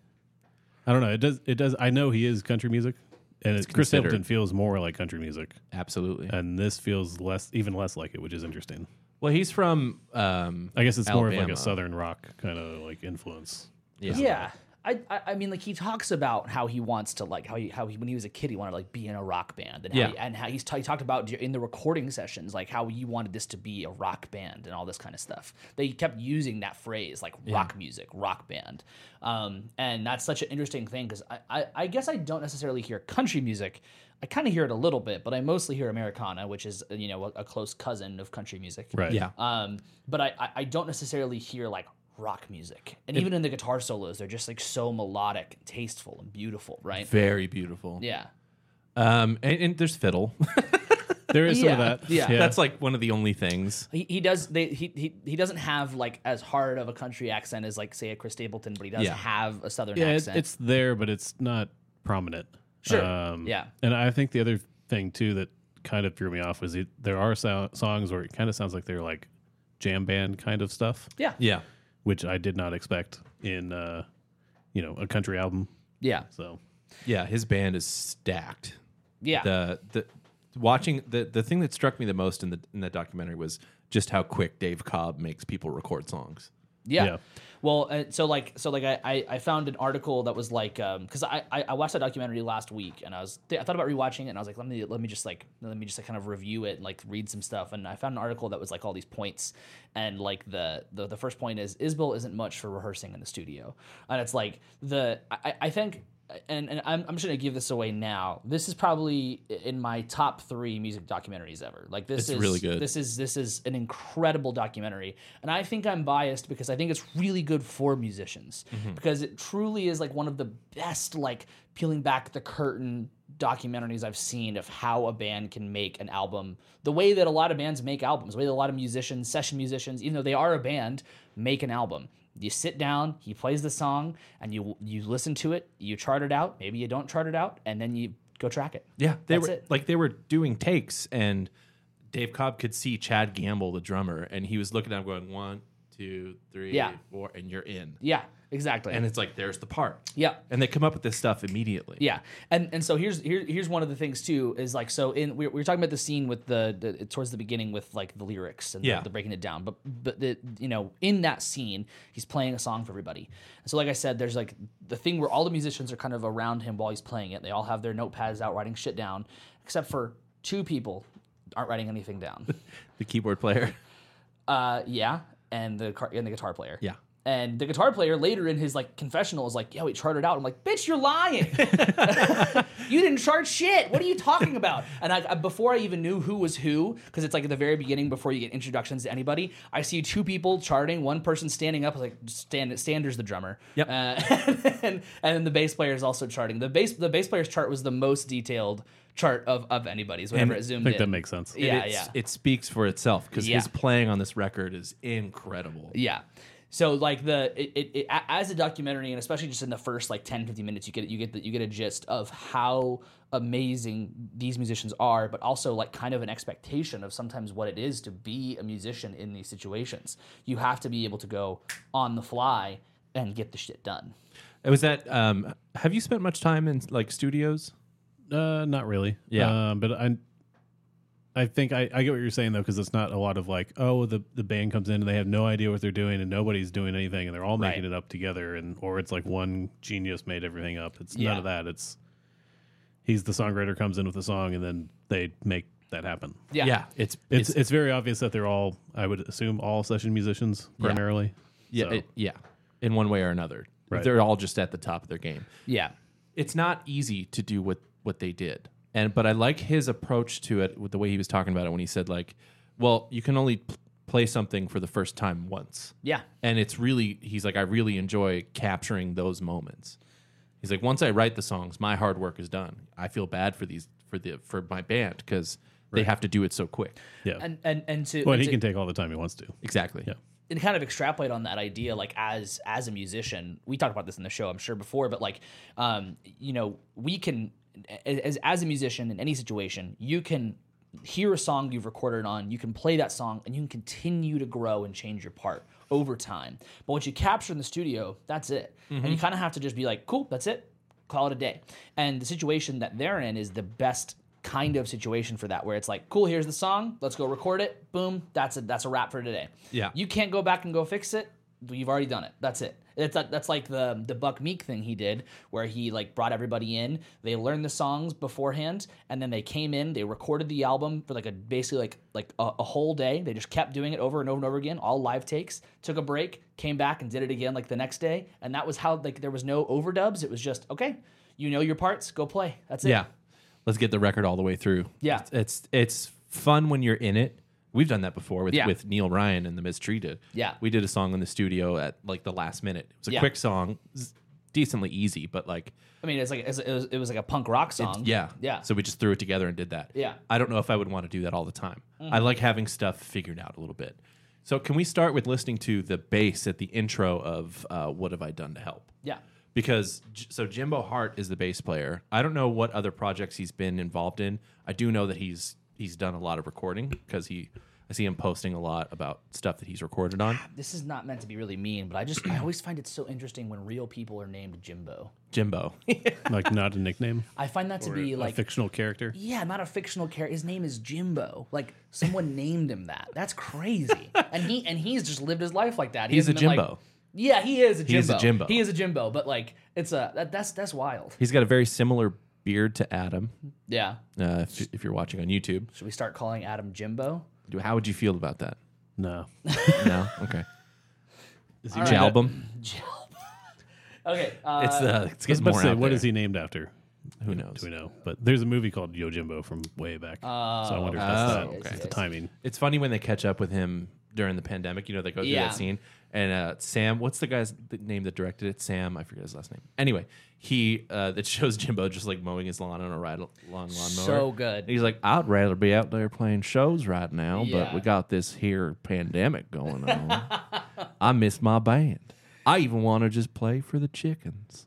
Speaker 2: I don't know. It does. It does. I know he is country music, and it, Chris
Speaker 1: considered.
Speaker 2: Stapleton feels more like country music,
Speaker 1: Absolutely.
Speaker 2: and this feels less, even less like it, which is interesting.
Speaker 1: Well, he's from. Um,
Speaker 2: I guess it's more of like
Speaker 1: Alabama.
Speaker 2: a southern rock kind of like influence.
Speaker 1: yeah.
Speaker 3: yeah. I, I I mean, like he talks about how he wants to like how he how he when he was a kid he wanted to like be in a rock band and how
Speaker 1: Yeah.
Speaker 3: he, and how he's t- he talked about dur- in the recording sessions like how he wanted this to be a rock band and all this kind of stuff. They kept using that phrase like rock music, rock band, um, and that's such an interesting thing because I, I I guess I don't necessarily hear country music. I kind of hear it a little bit, but I mostly hear Americana, which is you know a, a close cousin of country music.
Speaker 2: Right.
Speaker 1: Yeah.
Speaker 3: Um, but I, I, I don't necessarily hear like rock music. And even in the guitar solos, they're just like so melodic, and tasteful, and beautiful, right?
Speaker 1: Very beautiful.
Speaker 3: Yeah.
Speaker 1: Um, and, and there's fiddle. [laughs]
Speaker 2: There is some
Speaker 3: Yeah,
Speaker 2: of that.
Speaker 3: yeah.
Speaker 1: That's like one of the only things.
Speaker 3: He, he does they he, he he doesn't have like as hard of a country accent as like say a Chris Stapleton, but he does
Speaker 1: Yeah.
Speaker 3: have a southern
Speaker 2: yeah, it,
Speaker 3: accent.
Speaker 2: it's there, but it's not prominent. Um,
Speaker 3: Sure. Yeah.
Speaker 2: And I think the other thing too that kind of threw me off was it, there are so- songs where it kind of sounds like they're like jam band kind of stuff,
Speaker 3: yeah. yeah.
Speaker 1: Yeah.
Speaker 2: which I did not expect in uh, you know a country album.
Speaker 3: Yeah.
Speaker 2: So
Speaker 1: Yeah. His band is stacked. the the watching the the thing that struck me the most in the in that documentary was just how quick Dave Cobb makes people record songs.
Speaker 3: Yeah.
Speaker 2: Yeah.
Speaker 3: Well, uh, so like, so like, I, I, I found an article that was like, because I, I I watched that documentary last week, and I was I thought about rewatching it, and I was like, let me let me just like let me just like kind of review it, and like read some stuff, and I found an article that was like all these points, and like the the, the first point is Isbel isn't much for rehearsing in the studio, and it's like the I, I- I think. And, and I'm, I'm just gonna give this away now. This is probably in my top three music documentaries ever. Like this
Speaker 1: It's
Speaker 3: is
Speaker 1: really good.
Speaker 3: This this is this is an incredible documentary and i think i'm biased because i think it's really good for musicians
Speaker 1: Mm-hmm.
Speaker 3: because it truly is like one of the best like peeling back the curtain documentaries i've seen of how a band can make an album the way that a lot of bands make albums the way that a lot of musicians session musicians even though they are a band make an album you sit down he plays the song and you you listen to it you chart it out maybe you don't chart it out and then you go track it
Speaker 1: Yeah, they
Speaker 3: That's
Speaker 1: were
Speaker 3: it.
Speaker 1: like they were doing takes, and Dave Cobb could see Chad Gamble, the drummer, and he was looking at him going one, two, three,
Speaker 3: Yeah.
Speaker 1: four, and you're in.
Speaker 3: yeah exactly
Speaker 1: And it's like there's the part.
Speaker 3: yeah
Speaker 1: And they come up with this stuff immediately.
Speaker 3: Yeah, and and so here's here, here's one of the things too is like so in we, we were talking about the scene with the, the towards the beginning with like the lyrics and the-
Speaker 1: Yeah.
Speaker 3: the, breaking it down, but but the you know in that scene he's playing a song for everybody. And so like I said, there's like the thing where all the musicians are kind of around him while he's playing it. They all have their notepads out writing shit down, except for two people aren't writing anything down.
Speaker 1: The keyboard player.
Speaker 3: uh, yeah, and the car- and the guitar player.
Speaker 1: Yeah.
Speaker 3: And the guitar player later in his like confessional is like, "Yeah, we charted out." I'm like, "Bitch, you're lying. [laughs] you didn't chart shit. What are you talking about?" And I, I- before I even knew who was who, because it's like at the very beginning before you get introductions to anybody, I see two people charting. One person standing up, I was like Stan, Stander's the drummer.
Speaker 1: Yep.
Speaker 3: Uh, [laughs] and, and then the bass player is also charting. The bass the bass player's chart was the most detailed chart of of anybody's. Whenever
Speaker 1: And
Speaker 3: it
Speaker 2: I
Speaker 3: zoomed
Speaker 2: think that
Speaker 3: in.
Speaker 2: makes sense.
Speaker 3: [laughs] Yeah,
Speaker 1: it's,
Speaker 3: yeah.
Speaker 1: It speaks for itself because
Speaker 3: Yeah.
Speaker 1: his playing on this record is incredible.
Speaker 3: Yeah. So like the it, it, it a- as a documentary and especially just in the first like 10 15 minutes you get you get the, you get a gist of how amazing these musicians are but also like kind of an expectation of sometimes what it is to be a musician in these situations. You have to be able to go on the fly and get the shit done.
Speaker 1: It was that. Um, have you spent much time in like studios?
Speaker 2: Uh, not really.
Speaker 1: Yeah.
Speaker 2: Um, but I, I think I, I get what you're saying though, because it's not a lot of like, oh, the the band comes in and they have no idea what they're doing and nobody's doing anything and they're all making
Speaker 3: Right.
Speaker 2: it up together and or it's like one genius made everything up. It's
Speaker 3: Yeah.
Speaker 2: none of that. It's he's the songwriter comes in with a song and then they make that happen.
Speaker 3: Yeah.
Speaker 1: it's
Speaker 2: It's it's, very obvious that they're all I would assume all session musicians primarily.
Speaker 1: yeah,
Speaker 2: So-
Speaker 1: it- yeah, in one way or another.
Speaker 2: Right.
Speaker 1: They're all just at the top of their game.
Speaker 3: Yeah.
Speaker 1: It's not easy to do what what they did, and but I like his approach to it with the way he was talking about it when he said like, well, you can only p- play something for the first time once.
Speaker 3: Yeah.
Speaker 1: and it's really he's like i really enjoy capturing those moments he's like once i write the songs my hard work is done i feel bad for these for the for my band because they have to do it so quick
Speaker 2: yeah.
Speaker 3: And and and to
Speaker 2: but
Speaker 3: and
Speaker 2: he
Speaker 3: to-
Speaker 2: can take all the time he wants to.
Speaker 1: exactly yeah
Speaker 3: and kind of extrapolate on that idea like as as a musician we talked about this in the show i'm sure before but like um you know we can as as a musician in any situation you can hear a song you've recorded on you can play that song and you can continue to grow and change your part over time but once you capture in the studio that's it and you kind of have to just be like cool that's it call it a day and the situation that they're in is the best kind of situation for that where it's like cool here's the song let's go record it boom that's it that's a wrap for today
Speaker 1: Yeah.
Speaker 3: you can't go back and go fix it. You've already done it. That's it. That's that's like the the Buck Meek thing he did, where he like brought everybody in. They learned the songs beforehand, and then they came in. They recorded the album for like a basically like like a, a whole day. They just kept doing it over and over and over again, all live takes. Took a break, came back and did it again like the next day, and that was how like there was no overdubs. It was just okay, you know your parts, go play. That's it.
Speaker 1: yeah let's get the record all the way through
Speaker 3: Yeah.
Speaker 1: it's it's, it's fun when you're in it we've done that before with
Speaker 3: Yeah.
Speaker 1: with neil ryan and the mistreated
Speaker 3: Yeah.
Speaker 1: we did a song in the studio at like the last minute it was a
Speaker 3: Yeah.
Speaker 1: quick song s- decently easy but like
Speaker 3: I mean, it's like it's, it, was, it was like a punk rock song.
Speaker 1: Yeah.
Speaker 3: yeah.
Speaker 1: So we just threw it together and did that.
Speaker 3: Yeah. Mm-hmm.
Speaker 1: I don't know if I would want to do that all the time. I like having stuff figured out a little bit. So can we start with listening to the bass at the intro of uh, "What Have I Done to Help"?
Speaker 3: yeah.
Speaker 1: Because J- so Jimbo Hart is the bass player. I don't know what other projects he's been involved in. I do know that he's he's done a lot of recording because he I see him posting a lot about stuff that he's recorded on.
Speaker 3: this is not meant to be really mean, but I just I always find it so interesting when real people are named Jimbo. [laughs]
Speaker 1: Jimbo.
Speaker 2: Like not a nickname.
Speaker 3: I find that to be
Speaker 2: a
Speaker 3: like
Speaker 2: fictional character.
Speaker 3: yeah, not a fictional character. His name is Jimbo. Like someone [laughs] named him that. That's crazy. and he and he's just lived his life like that. He
Speaker 1: He's a
Speaker 3: hasn't been, like-
Speaker 1: Jimbo.
Speaker 3: yeah, he is a Jimbo.
Speaker 1: is a Jimbo.
Speaker 3: He is a Jimbo. But like it's a that, that's that's wild.
Speaker 1: he's got a very similar beard to Adam.
Speaker 3: Yeah.
Speaker 1: Uh, if, if you're watching on YouTube,
Speaker 3: Should we start calling Adam
Speaker 1: [laughs]
Speaker 3: Jimbo? [laughs]
Speaker 1: how would you feel about that?
Speaker 2: No.
Speaker 1: No. Okay.
Speaker 2: Is he
Speaker 1: Jalbum.
Speaker 3: Okay. Uh,
Speaker 1: It's uh, it's
Speaker 2: I was
Speaker 1: getting
Speaker 2: about
Speaker 1: more
Speaker 2: to say,
Speaker 1: out
Speaker 2: what
Speaker 1: there.
Speaker 2: is he named after?
Speaker 1: Who knows?
Speaker 2: Do we know? But there's a movie called Yojimbo from way back. so I wonder if that's
Speaker 1: Oh,
Speaker 2: that.
Speaker 1: okay.
Speaker 2: It's
Speaker 1: I see,
Speaker 2: the
Speaker 3: I see.
Speaker 2: timing.
Speaker 1: It's funny when they catch up with him during the pandemic. You know, they go through
Speaker 3: Yeah.
Speaker 1: that scene, and uh, Sam. What's the guy's th- name that directed it? Sam. I forget his last name. Anyway, he uh, that [laughs] shows Jimbo just like mowing his lawn on a ride long lawnmower.
Speaker 3: So good.
Speaker 1: He's like, I'd rather be out there playing shows right now, but
Speaker 3: Yeah.
Speaker 1: we got this here pandemic going on. I miss my band. I even want to just play for the chickens.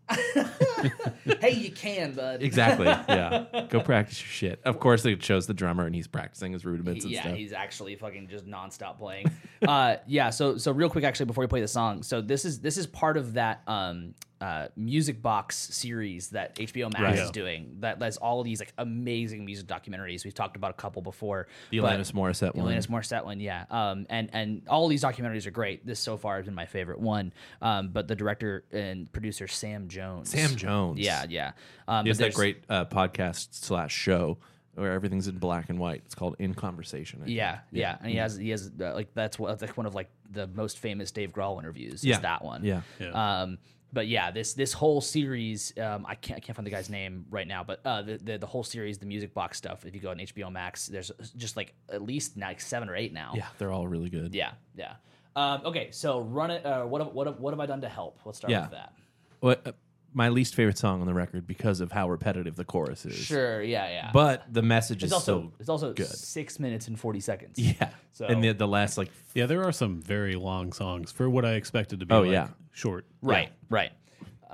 Speaker 3: hey, you can, bud. [laughs]
Speaker 1: Exactly. Yeah. Go practice your shit. Of course, they chose the drummer, and he's practicing his rudiments and
Speaker 3: yeah,
Speaker 1: stuff.
Speaker 3: he's actually fucking just nonstop playing. [laughs] uh, yeah. So so real quick, actually, before we play the song, so this is this is part of that um, uh, music box series that HBO Max
Speaker 2: Right.
Speaker 3: is doing. That that's all these like amazing music documentaries. We've talked about a couple before.
Speaker 1: The
Speaker 3: but-
Speaker 1: Alanis Morissette one.
Speaker 3: Alanis Morissette one, yeah. Um, and and all these documentaries are great. This so far has been my favorite one. Um, but the director and producer Sam Jones.
Speaker 1: Sam Jones.
Speaker 3: Yeah, yeah. Um,
Speaker 1: He
Speaker 3: but
Speaker 1: has that
Speaker 3: there's-
Speaker 1: great uh, podcast slash show where everything's in black and white. It's called In Conversation. I think.
Speaker 3: Yeah, yeah, and
Speaker 1: Mm-hmm.
Speaker 3: he has he has uh, like that's what like one of like the most famous Dave Grohl interviews. Is
Speaker 1: Yeah.
Speaker 3: that one.
Speaker 1: Yeah.
Speaker 2: Yeah.
Speaker 3: Um, but yeah, this this whole series, um, I can't I can't find the guy's name right now, but uh, the, the the whole series, the music box stuff. If you go on HBO Max, there's just like at least like seven or eight now.
Speaker 1: Yeah, they're all really good.
Speaker 3: yeah, yeah. Um, okay, so run it. Uh, what have, what have, what have I done to help? Let's start
Speaker 1: Yeah.
Speaker 3: with that.
Speaker 1: What, uh, my least favorite song on the record because of how repetitive the chorus is.
Speaker 3: Sure. Yeah, yeah.
Speaker 1: But the message
Speaker 3: it's
Speaker 1: is
Speaker 3: also
Speaker 1: so
Speaker 3: it's also
Speaker 1: good.
Speaker 3: six minutes and forty seconds.
Speaker 1: yeah.
Speaker 3: So-
Speaker 1: and the the last like
Speaker 2: Yeah, there are some very long songs for what I expected to be.
Speaker 1: Oh,
Speaker 2: like,
Speaker 1: yeah.
Speaker 2: short.
Speaker 3: Right. Right.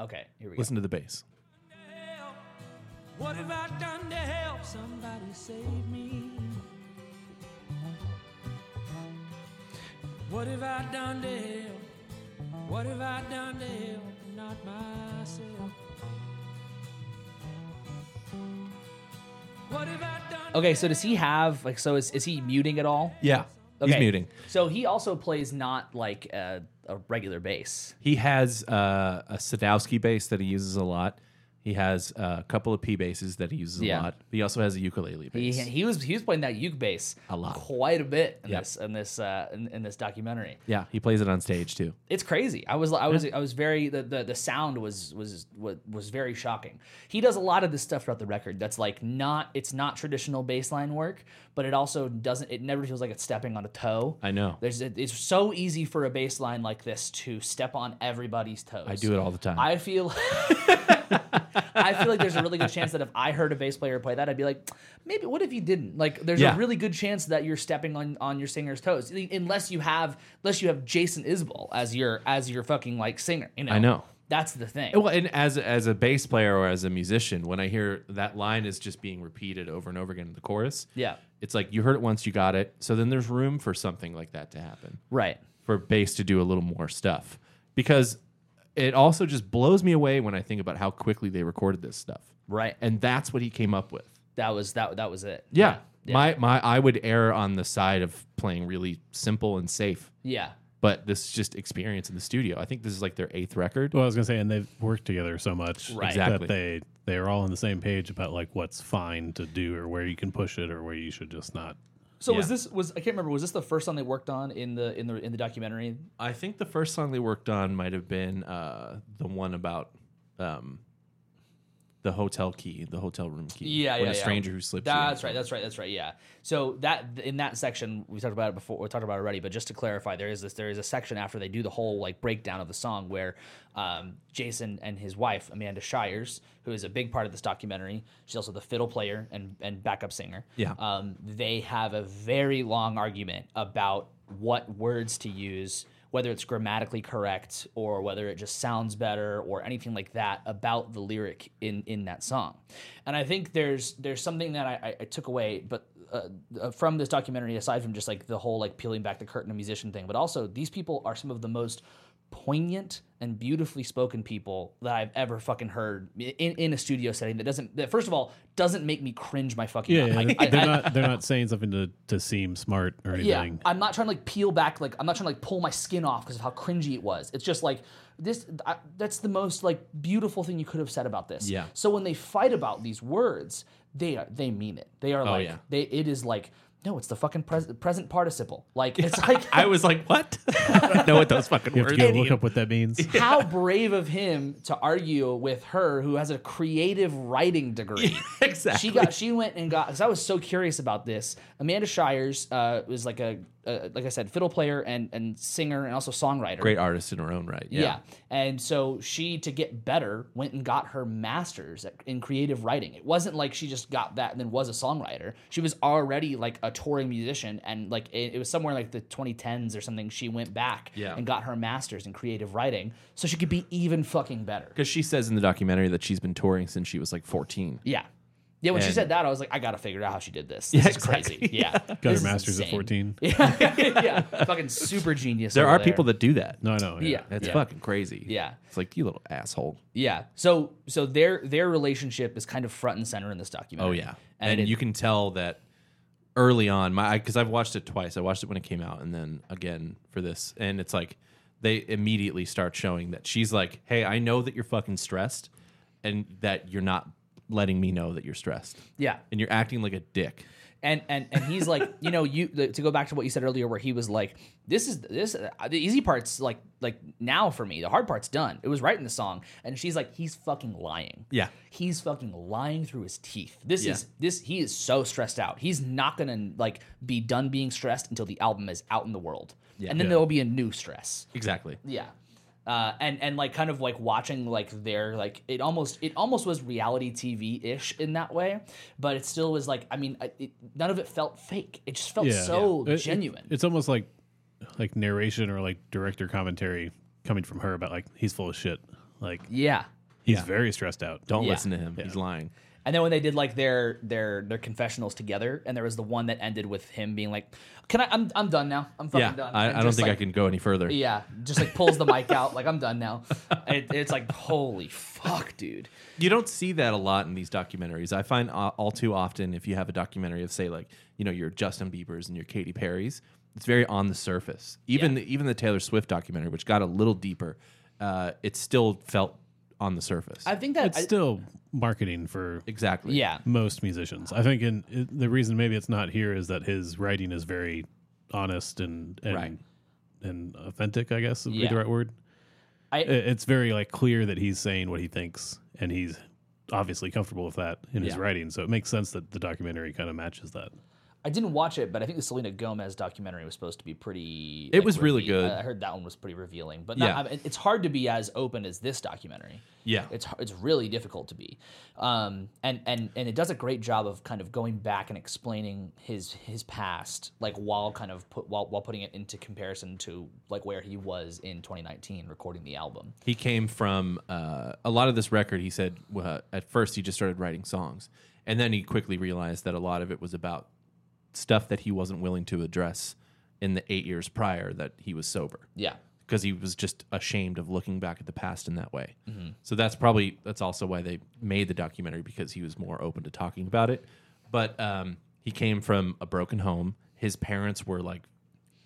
Speaker 3: Okay. Here we go.
Speaker 1: listen to the bass.
Speaker 4: What have I done to help somebody save me? What have I done to help? What have I done to help? Not myself. What have I done?
Speaker 3: Okay, so does he have like so is is he muting at all?
Speaker 1: Yeah.
Speaker 3: Okay.
Speaker 1: He's muting.
Speaker 3: So he also plays not like a, a regular bass.
Speaker 1: He has uh, a Sadowski bass that he uses a lot. He has uh, a couple of P basses that he uses
Speaker 3: Yeah.
Speaker 1: a lot. He also has a ukulele
Speaker 3: He,
Speaker 1: bass.
Speaker 3: he was he was playing that uke bass
Speaker 1: A lot.
Speaker 3: quite a bit in
Speaker 1: Yep.
Speaker 3: this in this uh, in, in this documentary.
Speaker 1: yeah, he plays it on stage too.
Speaker 3: It's crazy. I was I was I was very the, the the sound was was was was very shocking. He does a lot of this stuff throughout the record. That's like not it's not traditional bass line work, but it also doesn't it never feels like it's stepping on a toe.
Speaker 1: I know.
Speaker 3: There's it- it's so easy for a bass line like this to step on everybody's toes.
Speaker 1: I do it all the time.
Speaker 3: I feel [laughs] I feel like there's a really good chance that if I heard a bass player play that, I'd be like, maybe what if you didn't? Like there's
Speaker 1: Yeah.
Speaker 3: a really good chance that you're stepping on on your singer's toes. Unless you have unless you have Jason Isbell as your as your fucking like singer. You know.
Speaker 1: I know.
Speaker 3: That's the thing.
Speaker 1: Well, and as as a bass player or as a musician, when I hear that line is just being repeated over and over again in the chorus,
Speaker 3: Yeah.
Speaker 1: it's like you heard it once, you got it. So then there's room for something like that to happen,
Speaker 3: Right.
Speaker 1: for bass to do a little more stuff, because it also just blows me away when I think about how quickly they recorded this stuff,
Speaker 3: Right.
Speaker 1: and that's what he came up with.
Speaker 3: That was that that was it.
Speaker 1: Yeah, my my I would err on the side of playing really simple and safe,
Speaker 3: Yeah.
Speaker 1: but this is just experience in the studio. I think this is like their eighth record.
Speaker 2: Well, I was gonna say, and they've worked together so much
Speaker 3: Right.
Speaker 1: Exactly.
Speaker 2: that they they are all on the same page about like what's fine to do or where you can push it or where you should just not.
Speaker 3: So was
Speaker 1: Yeah.
Speaker 3: this was I can't remember was this the first song they worked on in the in the in the documentary?
Speaker 1: I think the first song they worked on might have been uh, the one about um, the hotel key, the hotel room key.
Speaker 3: Yeah,
Speaker 1: when
Speaker 3: yeah,
Speaker 1: a
Speaker 3: yeah.
Speaker 1: stranger who slips. you
Speaker 3: That's
Speaker 1: in.
Speaker 3: right. That's right. That's right. Yeah. So that in that section we talked about it before. We talked about it already. But just to clarify, there is this. There is a section after they do the whole like breakdown of the song where um, Jason and his wife Amanda Shires, who is a big part of this documentary, she's also the fiddle player and and backup singer.
Speaker 1: Yeah.
Speaker 3: Um, they have a very long argument about what words to use. Whether it's grammatically correct or whether it just sounds better or anything like that about the lyric in, in that song, and I think there's there's something that I, I, I took away, but uh, uh, from this documentary, aside from just like the whole like peeling back the curtain of musician thing, but also these people are some of the most poignant and beautifully spoken people that I've ever fucking heard in, in a studio setting that doesn't that first of all doesn't make me cringe my fucking
Speaker 2: Yeah,
Speaker 3: eye. Like, I-
Speaker 2: they're
Speaker 3: I-
Speaker 2: not they're not saying something to to seem smart or
Speaker 3: yeah, [laughs]
Speaker 2: anything.
Speaker 3: I'm not trying to like peel back, like I'm not trying to like pull my skin off because of how cringy it was. It's just like this. I, that's the most like beautiful thing you could have said about this.
Speaker 1: Yeah.
Speaker 3: So when they fight about these words, they are they mean it. They are like
Speaker 1: Oh, yeah.
Speaker 3: they. It is like no, it's the fucking pres- present participle.
Speaker 1: [laughs]
Speaker 3: Like it's like
Speaker 1: I was like,
Speaker 3: [laughs]
Speaker 1: what? [laughs] I don't know what those fucking
Speaker 2: You have to
Speaker 1: words.
Speaker 2: go
Speaker 1: mean.
Speaker 2: look up what that means.
Speaker 3: how brave of him to argue with her who has a creative writing degree.
Speaker 1: [laughs] exactly.
Speaker 3: She got. She went and got. Because I was so curious about this. Amanda Shires uh, was like a, uh like I said, fiddle player and and singer and also songwriter.
Speaker 1: Great artist in her own right. Yeah.
Speaker 3: Yeah. And so she, to get better, went and got her master's at, in creative writing. It wasn't like she just got that and then was a songwriter. She was already like a touring musician. And like it, it was somewhere like the 2010s or something. She went back
Speaker 1: Yeah.
Speaker 3: and got her master's in creative writing so she could be even fucking better.
Speaker 1: Because she says in the documentary that she's been touring since she was like 14.
Speaker 3: Yeah. Yeah. When she
Speaker 1: And-
Speaker 3: said that, I was like, I got to figure out how she did this. This is crazy.
Speaker 1: [laughs]
Speaker 3: Yeah.
Speaker 2: Got
Speaker 3: This
Speaker 2: her
Speaker 3: is
Speaker 2: master's at
Speaker 3: insane.
Speaker 2: 14.
Speaker 3: [laughs] yeah. Fucking super genius.
Speaker 1: There
Speaker 3: over
Speaker 1: are people that do that.
Speaker 2: No, I know.
Speaker 3: Yeah.
Speaker 1: That's
Speaker 3: yeah.
Speaker 1: fucking crazy.
Speaker 3: Yeah.
Speaker 1: It's like you little asshole.
Speaker 3: Yeah. So so their their relationship is kind of front and center in this documentary.
Speaker 1: Oh yeah,
Speaker 3: And,
Speaker 1: and,
Speaker 3: it-
Speaker 1: you can tell that early on. My because I've watched it twice. I watched it when it came out, and then again for this. And it's like they immediately start showing that she's like, "Hey, I know that you're fucking stressed, and that you're not letting me know that you're stressed
Speaker 3: Yeah.
Speaker 1: and you're acting like a dick.
Speaker 3: and and and he's like [laughs] you know you the- to go back to what you said earlier where he was like this is this uh, the easy part's like like now for me the hard part's done it was writing the song and she's like he's fucking lying
Speaker 1: Yeah.
Speaker 3: he's fucking lying through his teeth this
Speaker 1: Yeah.
Speaker 3: is this he is so stressed out he's not gonna like be done being stressed until the album is out in the world and then
Speaker 1: Yeah.
Speaker 3: there'll be a new stress
Speaker 1: Exactly.
Speaker 3: yeah uh, and and like kind of like watching like their like it almost it almost was reality TV ish in that way, but it still was like I mean I- it, none of it felt fake. It just felt
Speaker 2: Yeah.
Speaker 3: so
Speaker 2: It- it-
Speaker 3: genuine.
Speaker 2: it's almost like like narration or like director commentary coming from her about like he's full of shit. Like
Speaker 3: yeah,
Speaker 2: he's very stressed out.
Speaker 1: Don't
Speaker 3: Yeah.
Speaker 1: listen to him. He's lying.
Speaker 3: and then when they did like their their their confessionals together, and there was the one that ended with him being like, "Can I? I'm I'm done now. I'm fucking
Speaker 1: Yeah.
Speaker 3: done."
Speaker 1: I,
Speaker 3: And
Speaker 1: I don't
Speaker 3: just,
Speaker 1: think I
Speaker 3: like,
Speaker 1: can go any further.
Speaker 3: Yeah, just like pulls the mic out, like I'm
Speaker 2: [laughs]
Speaker 3: done now. It, it's like holy fuck, dude.
Speaker 1: You don't see that a lot in these documentaries. I find uh, all too often, if you have a documentary of, say, like you know your Justin Bieber's and your Katy Perry's, it's very on the surface. Even the, even the Taylor Swift documentary, which got a little deeper, uh, it still felt on the surface.
Speaker 3: I think that
Speaker 2: It's
Speaker 3: I-
Speaker 2: still marketing for
Speaker 1: exactly.
Speaker 3: yeah,
Speaker 2: most musicians. I think, and the reason maybe it's not here is that his writing is very honest and and,
Speaker 1: Right.
Speaker 2: and authentic. I guess would be
Speaker 3: Yeah.
Speaker 2: the right word.
Speaker 3: I-
Speaker 2: I, it's very like clear that he's saying what he thinks, and he's obviously comfortable with that in his
Speaker 1: Yeah.
Speaker 2: writing. So it makes sense that the documentary kind of matches that.
Speaker 3: I didn't watch it, but I think the Selena Gomez documentary was supposed to be pretty.
Speaker 1: It was really good.
Speaker 3: I I heard that one was pretty revealing, but yeah.
Speaker 1: Yeah.
Speaker 3: it's hard to be as open as this documentary.
Speaker 1: Yeah.
Speaker 3: it's it's really difficult to be, um, and and and it does a great job of kind of going back and explaining his his past, like while kind of put while while putting it into comparison to like where he was in 2019 recording the album.
Speaker 1: He came from uh, a lot of this record. He said uh, at first he just started writing songs, and then he quickly realized that a lot of it was about stuff that he wasn't willing to address in the eight years prior that he was sober.
Speaker 3: Yeah,
Speaker 1: because he was just ashamed of looking back at the past in that way.
Speaker 3: Mm-hmm.
Speaker 1: So that's probably that's also why they made the documentary because he was more open to talking about it. But um, he came from a broken home. His parents were like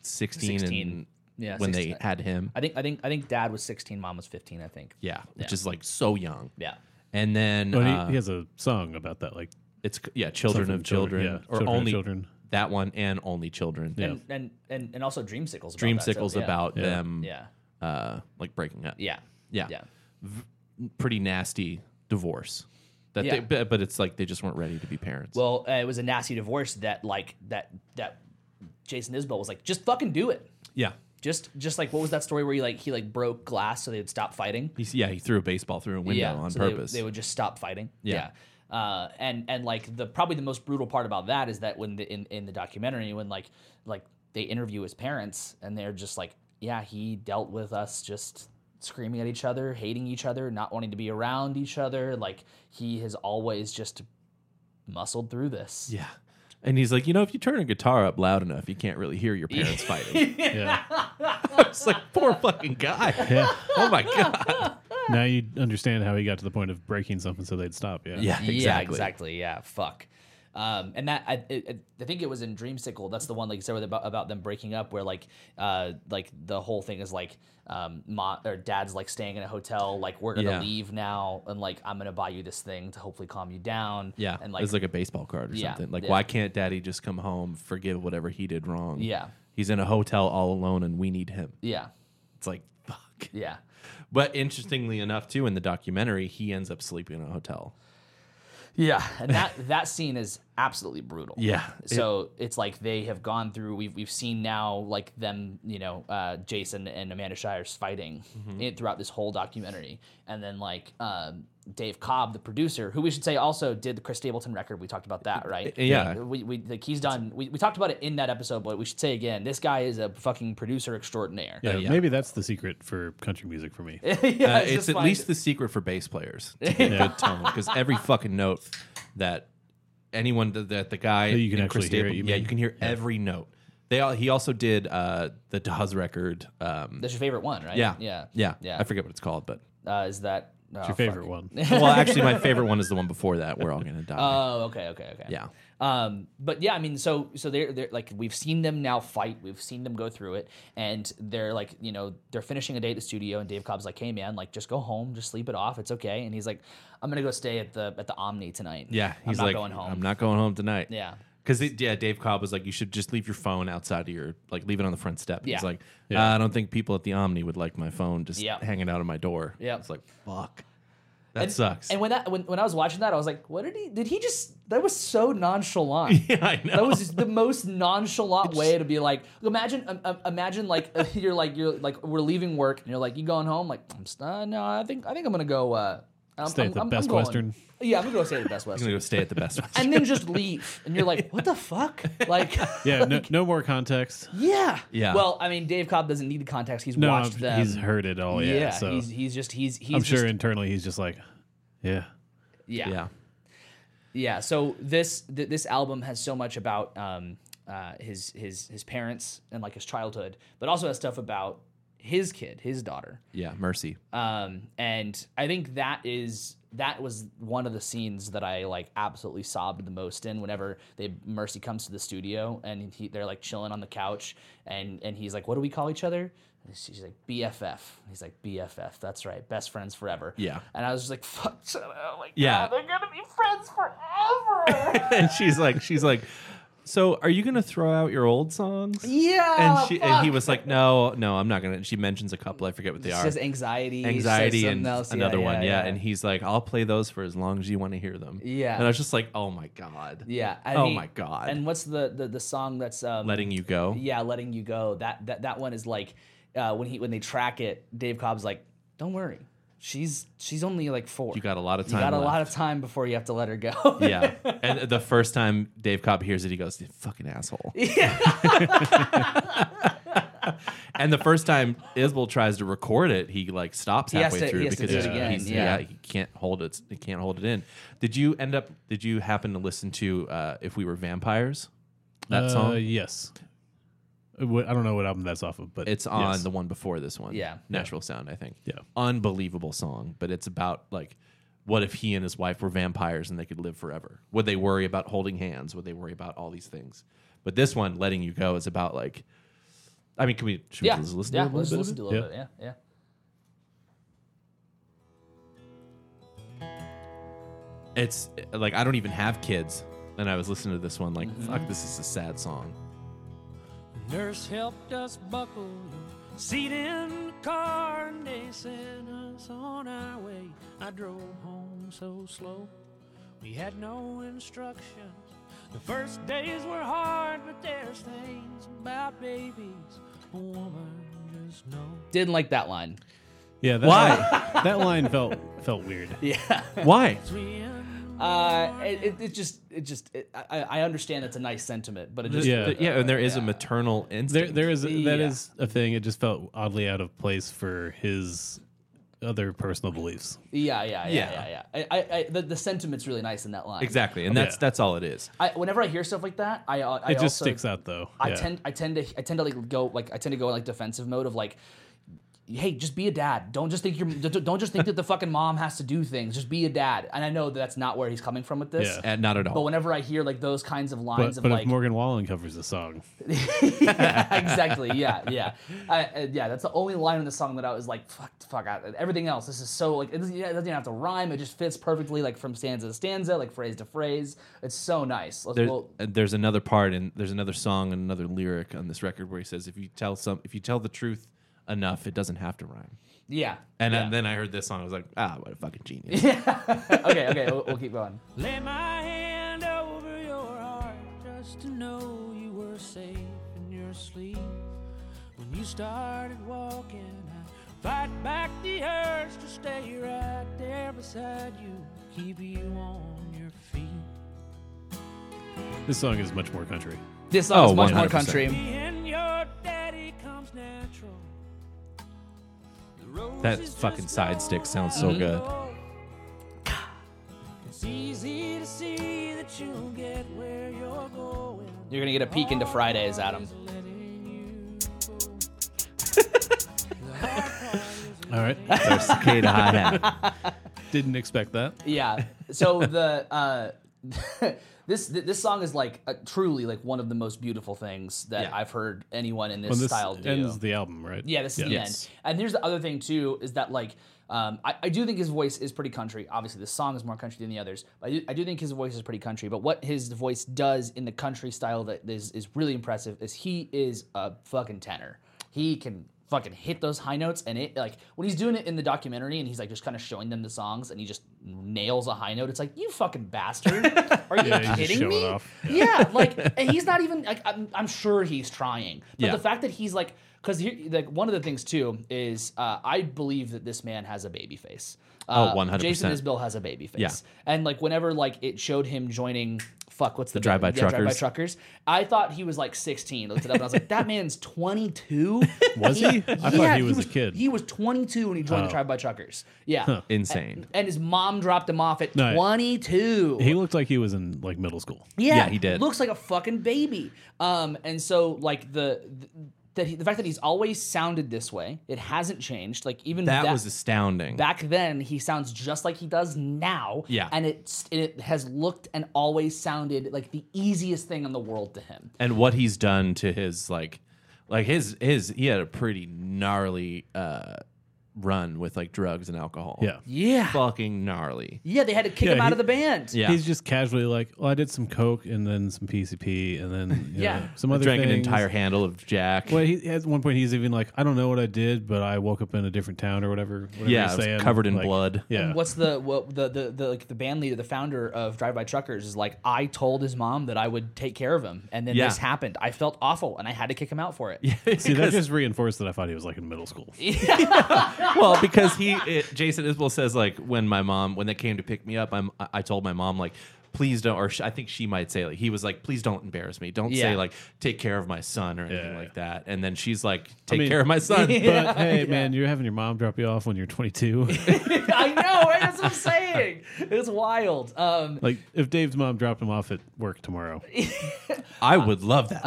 Speaker 1: sixteen,
Speaker 3: 16.
Speaker 1: and
Speaker 3: Yeah,
Speaker 1: when
Speaker 3: 16.
Speaker 1: they had him,
Speaker 3: I think I think I think Dad was 16, Mom was 15, I think.
Speaker 1: yeah, which is like so young.
Speaker 3: Yeah.
Speaker 1: And then
Speaker 2: But
Speaker 1: uh,
Speaker 2: he, he has a song about that, like
Speaker 1: it's yeah, children
Speaker 2: Something
Speaker 1: of children,
Speaker 2: Children, yeah,
Speaker 1: or
Speaker 2: Children of
Speaker 1: only
Speaker 2: Children.
Speaker 1: that one and only children.
Speaker 2: Yeah.
Speaker 3: And, and and and also Dreamsicles.
Speaker 1: Dream
Speaker 3: about that,
Speaker 1: Sickles
Speaker 3: so, yeah.
Speaker 1: about
Speaker 2: Yeah.
Speaker 1: them,
Speaker 3: Yeah.
Speaker 1: uh, like breaking up.
Speaker 3: Yeah.
Speaker 1: yeah,
Speaker 3: Yeah.
Speaker 1: pretty nasty divorce. That
Speaker 3: Yeah.
Speaker 1: they, but, but it's like they just weren't ready to be parents.
Speaker 3: Well, uh, it was a nasty divorce that like that that Jason Isbell was like, just fucking do it.
Speaker 1: yeah,
Speaker 3: Just just like what was that story where he like he like broke glass so they would stop fighting?
Speaker 1: He's, yeah, he threw a baseball through a window on
Speaker 3: so they-
Speaker 1: purpose.
Speaker 3: They, would just stop fighting.
Speaker 1: Yeah.
Speaker 3: Uh, and and like the probably the most brutal part about that is that when the, in in the documentary when like like they interview his parents and they're just like yeah he dealt with us just screaming at each other hating each other not wanting to be around each other like he has always just muscled through this
Speaker 1: yeah, and he's like, you know, if you turn a guitar up loud enough, you can't really hear your parents
Speaker 3: [laughs]
Speaker 1: fighting.
Speaker 2: yeah.
Speaker 1: [laughs] It's like poor fucking guy.
Speaker 2: [laughs]
Speaker 3: [laughs]
Speaker 2: Yeah.
Speaker 1: Oh my god.
Speaker 2: now you understand how he got to the point of breaking something so they'd stop. Yeah,
Speaker 1: Yeah, exactly.
Speaker 3: Yeah, exactly. Yeah, fuck. Um, and that I, it, it- I think it was in Dreamsicle. That's the one like you said with about, about them breaking up, where like uh, like the whole thing is like um, ma or dad's like staying in a hotel, like we're gonna
Speaker 1: Yeah.
Speaker 3: leave now, and like I'm gonna buy you this thing to hopefully calm you down.
Speaker 1: Yeah,
Speaker 3: and
Speaker 1: like, it's like a baseball card or
Speaker 3: Yeah,
Speaker 1: something. Like,
Speaker 3: yeah.
Speaker 1: why can't Daddy just come home, forgive whatever he did wrong?
Speaker 3: Yeah.
Speaker 1: he's in a hotel all alone, and we need him.
Speaker 3: yeah,
Speaker 1: It's like fuck.
Speaker 3: yeah,
Speaker 1: But interestingly enough, too, in the documentary, he ends up sleeping in a hotel.
Speaker 3: yeah. [laughs] And that that scene is absolutely brutal.
Speaker 1: Yeah, it-
Speaker 3: So it's like they have gone through. We've we've seen now like them, you know, uh, Jason and Amanda Shires fighting it throughout this whole documentary, and then like um, Dave Cobb, the producer, who we should say also did the Chris Stapleton record. We talked about that, right?
Speaker 1: yeah.
Speaker 3: We, we like he's done. We, we talked about it in that episode, but we should say again, this guy is a fucking producer extraordinaire. [laughs]
Speaker 2: Yeah, Uh,
Speaker 1: yeah.
Speaker 2: maybe that's the secret for country music for me.
Speaker 1: Uh,
Speaker 3: it's
Speaker 1: it's
Speaker 3: just
Speaker 1: at
Speaker 3: fine.
Speaker 1: least the secret for bass players
Speaker 3: [laughs]
Speaker 1: to get a good tone because every fucking note that anyone th- that the guy
Speaker 2: That Oh, you can
Speaker 1: in Chris
Speaker 2: actually hear it,
Speaker 1: Stapleton-
Speaker 2: you
Speaker 1: yeah
Speaker 2: mean?
Speaker 1: you can hear every note. They all, he also did uh, the Dawes record. Um,
Speaker 3: That's your favorite one, right?
Speaker 1: yeah,
Speaker 3: yeah,
Speaker 1: yeah,
Speaker 3: yeah. [laughs]
Speaker 1: I forget what it's called, but
Speaker 3: uh, is that
Speaker 2: It's your favorite one.
Speaker 1: well, actually, my favorite one is the one before that. We're all gonna die.
Speaker 3: Oh, okay, okay, okay.
Speaker 1: yeah,
Speaker 3: Um, but yeah, I mean, so so they're they're like we've seen them now fight, we've seen them go through it, and they're like, you know, they're finishing a day at the studio, and Dave Cobb's like, hey man, like just go home, just sleep it off, it's okay. And he's like, I'm gonna go stay at the at the Omni tonight.
Speaker 1: yeah. He's
Speaker 3: I'm not
Speaker 1: like,
Speaker 3: going home.
Speaker 1: I'm not going home tonight.
Speaker 3: yeah.
Speaker 1: Because yeah, Dave Cobb was like, you should just leave your phone outside of your like, leave it on the front step.
Speaker 3: Yeah.
Speaker 1: He's like, I don't think people at the Omni would like my phone just
Speaker 3: Yeah.
Speaker 1: hanging out of my door.
Speaker 3: Yeah.
Speaker 1: it's like fuck, that sucks.
Speaker 3: And when that when, when I was watching that, I was like, what did he did he just that was so nonchalant.
Speaker 1: [laughs] [laughs] yeah, I know.
Speaker 3: That was just the most nonchalant way to be like. Imagine, um, um, imagine like [laughs] you're like you're like we're leaving work and you're like you going home like I'm st- uh, no I think I think I'm gonna go uh, I'm,
Speaker 2: Stay at the Best
Speaker 3: going-
Speaker 2: Western.
Speaker 3: Yeah, I'm gonna go stay at the
Speaker 1: [laughs]
Speaker 3: Best
Speaker 1: I'm
Speaker 3: Western
Speaker 1: gonna go stay at the best.
Speaker 3: and then just leave and you're like what
Speaker 2: [laughs]
Speaker 3: the fuck like [laughs]
Speaker 2: Yeah, no, no more context.
Speaker 3: yeah
Speaker 1: Yeah.
Speaker 3: Well, I mean Dave Cobb doesn't need the context. He's
Speaker 2: No,
Speaker 3: watched them.
Speaker 2: he's heard it all. Yeah,
Speaker 3: yeah,
Speaker 2: so
Speaker 3: he's he's just he's he's
Speaker 2: I'm
Speaker 3: just,
Speaker 2: sure internally he's just like, yeah,
Speaker 1: [laughs]
Speaker 3: yeah
Speaker 1: yeah,
Speaker 3: Yeah. So this th- this album has so much about um, uh, his his his parents and like his childhood, but also has stuff about his kid, his daughter.
Speaker 1: yeah. Mercy.
Speaker 3: Um, and I think that is that was one of the scenes that I like absolutely sobbed the most in. Whenever they Mercy comes to the studio and he, they're like chilling on the couch, and and he's like, "What do we call each other?" And she's like, "BFF." And he's like, "BFF. That's right, best friends forever."
Speaker 1: Yeah.
Speaker 3: And I was just like, "Fuck." Oh my
Speaker 1: Yeah.
Speaker 3: God, they're gonna be friends
Speaker 1: [laughs] [laughs]
Speaker 3: forever.
Speaker 1: and she's like, she's like, so are you gonna throw out your old songs?
Speaker 3: Yeah.
Speaker 1: And she and he was like, no, no, I'm not gonna. She mentions a couple. I forget what they
Speaker 3: She
Speaker 1: are.
Speaker 3: says anxiety. she says
Speaker 1: Anxiety
Speaker 3: something
Speaker 1: and
Speaker 3: else. Yeah,
Speaker 1: another one, yeah,
Speaker 3: yeah.
Speaker 1: And he's like, "I'll play those for as long as you want to hear them."
Speaker 3: Yeah.
Speaker 1: and I was just like, "Oh my god,
Speaker 3: yeah. I
Speaker 1: oh
Speaker 3: mean-
Speaker 1: my god!"
Speaker 3: And what's the the, the song that's um,
Speaker 1: letting you go.
Speaker 3: Yeah, letting you go. That that that one is like uh, when he when they track it, Dave Cobb's like, don't worry, she's she's only like four.
Speaker 1: You got a lot of
Speaker 3: You
Speaker 1: time.
Speaker 3: got a lot
Speaker 1: left."
Speaker 3: of time before you have to let her [laughs] go.
Speaker 1: yeah. And the first time Dave Cobb hears it, he goes, "You "Fucking
Speaker 3: [laughs]
Speaker 1: asshole." [laughs] and the first time Isbel tries to record it, he like stops
Speaker 3: He has
Speaker 1: halfway
Speaker 3: to-
Speaker 1: through
Speaker 3: he has to
Speaker 1: because
Speaker 3: do it
Speaker 1: he's-
Speaker 3: again,
Speaker 1: he's-
Speaker 3: yeah.
Speaker 1: he can't hold it. He can't hold it in. Did you end up? Did you happen to listen to uh, "If We Were Vampires"? That
Speaker 2: Uh,
Speaker 1: song.
Speaker 2: Yes. Uh, wh- I don't know what album that's off of, but
Speaker 1: It's on
Speaker 2: yes.
Speaker 1: the one before this one.
Speaker 3: Yeah.
Speaker 1: Nashville Sound, I think.
Speaker 2: Yeah.
Speaker 1: Unbelievable song, but it's about like what if he and his wife were vampires and they could live forever? Would they worry about holding hands? Would they worry about all these things? But this one, Letting You Go, is about like I mean, can we should
Speaker 3: yeah.
Speaker 1: we just listen
Speaker 3: yeah.
Speaker 1: to it a
Speaker 3: Let's
Speaker 1: little bit?
Speaker 3: listen to a little
Speaker 2: Yeah.
Speaker 3: bit. Yeah, yeah.
Speaker 1: It's like I don't even have kids. And I was listening to this one like,
Speaker 2: Mm-hmm.
Speaker 1: fuck, this is a sad
Speaker 2: [laughs]
Speaker 1: song.
Speaker 4: Nurse helped us buckle the seat in the car and they sent us on our way. I drove home so slow. We had no instructions. The first days were hard, but there's things about babies a woman just knows.
Speaker 3: Didn't like that line.
Speaker 2: yeah. That
Speaker 1: Why?
Speaker 2: Line, that line felt felt weird.
Speaker 3: Yeah.
Speaker 1: Why?
Speaker 4: Three in
Speaker 3: Uh, it, it, it just it just it, I, I understand that's a nice sentiment, but it just
Speaker 2: Yeah.
Speaker 1: yeah, and there is a maternal
Speaker 2: There,
Speaker 1: instinct.
Speaker 2: there is that is
Speaker 3: Yeah.
Speaker 2: a thing. It just felt oddly out of place for his other personal beliefs.
Speaker 3: Yeah, yeah, yeah, yeah,
Speaker 1: Yeah.
Speaker 3: yeah. I, I, I the, the sentiment's really nice in that line.
Speaker 1: exactly, and that's
Speaker 2: Yeah.
Speaker 1: that's all it is.
Speaker 3: I, whenever I hear stuff like that, I, uh, I
Speaker 2: It just
Speaker 3: also-
Speaker 2: sticks out though.
Speaker 3: I
Speaker 2: Yeah.
Speaker 3: tend, I tend to, I tend to like go like I tend to go in like defensive mode of like, hey, just be a dad. Don't just think you're, [laughs] don't don't just think that the fucking mom has to do things. Just be a dad. And I know that that's not where he's coming from with this.
Speaker 2: Yeah.
Speaker 1: And not at all.
Speaker 3: But whenever I hear like those kinds of lines
Speaker 2: But,
Speaker 3: of
Speaker 2: but
Speaker 3: like,
Speaker 2: if Morgan Wallen covers the song,
Speaker 3: [laughs] exactly, yeah, yeah, I, I- yeah. That's the only line in the song that I was like, fuck, fuck. I, everything else, this is so like it doesn't, it doesn't even have to rhyme. It just fits perfectly like from stanza to stanza, like phrase to phrase. It's so nice. Let's,
Speaker 1: There's,
Speaker 3: well,
Speaker 1: uh, there's another part and there's another song and another lyric on this record where he says if you tell some if you tell the truth enough it doesn't have to rhyme
Speaker 3: yeah.
Speaker 1: and
Speaker 3: yeah.
Speaker 1: then- then i heard this song i was like ah what a fucking genius
Speaker 3: okay, okay, we'll, we'll keep going.
Speaker 4: Lay my hand over your heart just to know you were safe in your sleep. When you started walking, I fight back the urge to stay right there beside you, keep you on your feet.
Speaker 2: this song is much more country.
Speaker 3: This song
Speaker 1: Oh,
Speaker 3: is much more
Speaker 1: 100%.
Speaker 3: country.
Speaker 4: Being your daddy comes natural. The
Speaker 1: That
Speaker 4: roses
Speaker 1: fucking
Speaker 4: just
Speaker 1: side
Speaker 4: grow
Speaker 1: stick sounds
Speaker 4: out
Speaker 1: so
Speaker 4: of
Speaker 1: good.
Speaker 4: love. It's easy to see that you'll get where you're going.
Speaker 3: You're gonna get a peek into Fridays, Adam.
Speaker 2: All right.
Speaker 1: There's cicada hi hat
Speaker 2: Didn't expect
Speaker 3: [laughs]
Speaker 2: that.
Speaker 3: Yeah. So the uh, [laughs] this th- this song is like uh, truly like one of the most beautiful things that
Speaker 1: Yeah.
Speaker 3: I've heard anyone in this,
Speaker 2: Well, this
Speaker 3: style do.
Speaker 2: ends the album, right?
Speaker 3: Yeah, this is the end. And here's the other thing too is that like um, I, I do think his voice is pretty country. Obviously, this song is more country than the others. But I do, I do think his voice is pretty country. But what his voice does in the country style that is is really impressive is he is a fucking tenor. He can fucking hit those high notes and it like when he's doing it in the documentary and he's like just kind of showing them the songs and he just nails a high note it's like you fucking bastard are
Speaker 2: [laughs]
Speaker 3: you
Speaker 2: Yeah, he's just
Speaker 3: kidding
Speaker 2: showing
Speaker 3: me
Speaker 2: off.
Speaker 3: yeah, like, and he's not even like. I'm, I'm sure he's trying, but
Speaker 1: Yeah.
Speaker 3: the fact that he's like, because like one of the things too is uh, I believe that this man has a baby face. Uh,
Speaker 1: Oh, 100%.
Speaker 3: Jason Isbell has a baby face.
Speaker 1: Yeah.
Speaker 3: and like whenever like it showed him joining, fuck, what's the,
Speaker 1: Drive By
Speaker 3: yeah, Drive By
Speaker 1: Truckers.
Speaker 3: Truckers. I thought he was like 16. I looked it up and I was like, that man's 22.
Speaker 2: [laughs] Was he? I thought he was a kid. Oh.
Speaker 3: He was 22 when he joined the Drive By Truckers. Yeah,
Speaker 1: Insane.
Speaker 3: and his mom dropped him off at
Speaker 2: No, yeah.
Speaker 3: 22.
Speaker 2: He looked like he was in like middle school.
Speaker 3: Yeah,
Speaker 1: Yeah, he did.
Speaker 3: Looks like a fucking baby. Um, and so like the. the that he, the fact that he's always sounded this way, it hasn't changed. Like even
Speaker 1: That, was astounding.
Speaker 3: back then, he sounds just like he does now.
Speaker 1: Yeah.
Speaker 3: and it's it has looked and always sounded like the easiest thing in the world to him.
Speaker 1: and what he's done to his like like his his he had a pretty gnarly uh run with like drugs and alcohol.
Speaker 2: Yeah.
Speaker 3: Yeah,
Speaker 1: Fucking gnarly.
Speaker 3: yeah. They had to kick him
Speaker 2: Yeah,
Speaker 3: out
Speaker 2: he-
Speaker 3: of the band.
Speaker 1: Yeah.
Speaker 2: He's just casually like, "Oh, I did some coke and then some PCP and then you
Speaker 3: Yeah.
Speaker 2: know, some other
Speaker 1: drank an
Speaker 2: things."
Speaker 1: entire handle of Jack.
Speaker 2: Well, he, at one point he's even like, "I don't know what I did, but I woke up in a different town or whatever." whatever
Speaker 1: Yeah,
Speaker 2: he's
Speaker 1: it was
Speaker 2: saying.
Speaker 1: covered in
Speaker 2: Like,
Speaker 1: blood.
Speaker 2: Yeah,
Speaker 3: What's the what the, the the like the band leader, the founder of Drive By Truckers, is like? I told his mom that I would take care of him, and then
Speaker 1: Yeah.
Speaker 3: this happened. I felt awful, and I had to kick him out for it.
Speaker 2: see that just reinforced that I thought he was like in middle
Speaker 3: [laughs]
Speaker 2: school.
Speaker 1: well, because he it, Jason Isbell says like when my mom when they came to pick me up, I'm I I told my mom like please don't or sh- I think she might say like he was like please don't embarrass me. Don't
Speaker 3: Yeah.
Speaker 1: say like take care of my son or anything
Speaker 2: Yeah.
Speaker 1: like that. And then she's like take
Speaker 2: mean-
Speaker 1: care of my
Speaker 2: [laughs]
Speaker 1: son.
Speaker 2: But hey, man, you're having your mom drop you off when you're 22.
Speaker 3: I know, right? That's what I'm saying. It's wild. Um,
Speaker 2: like, if Dave's mom dropped him off at work
Speaker 3: [laughs]
Speaker 2: tomorrow,
Speaker 1: I would love that.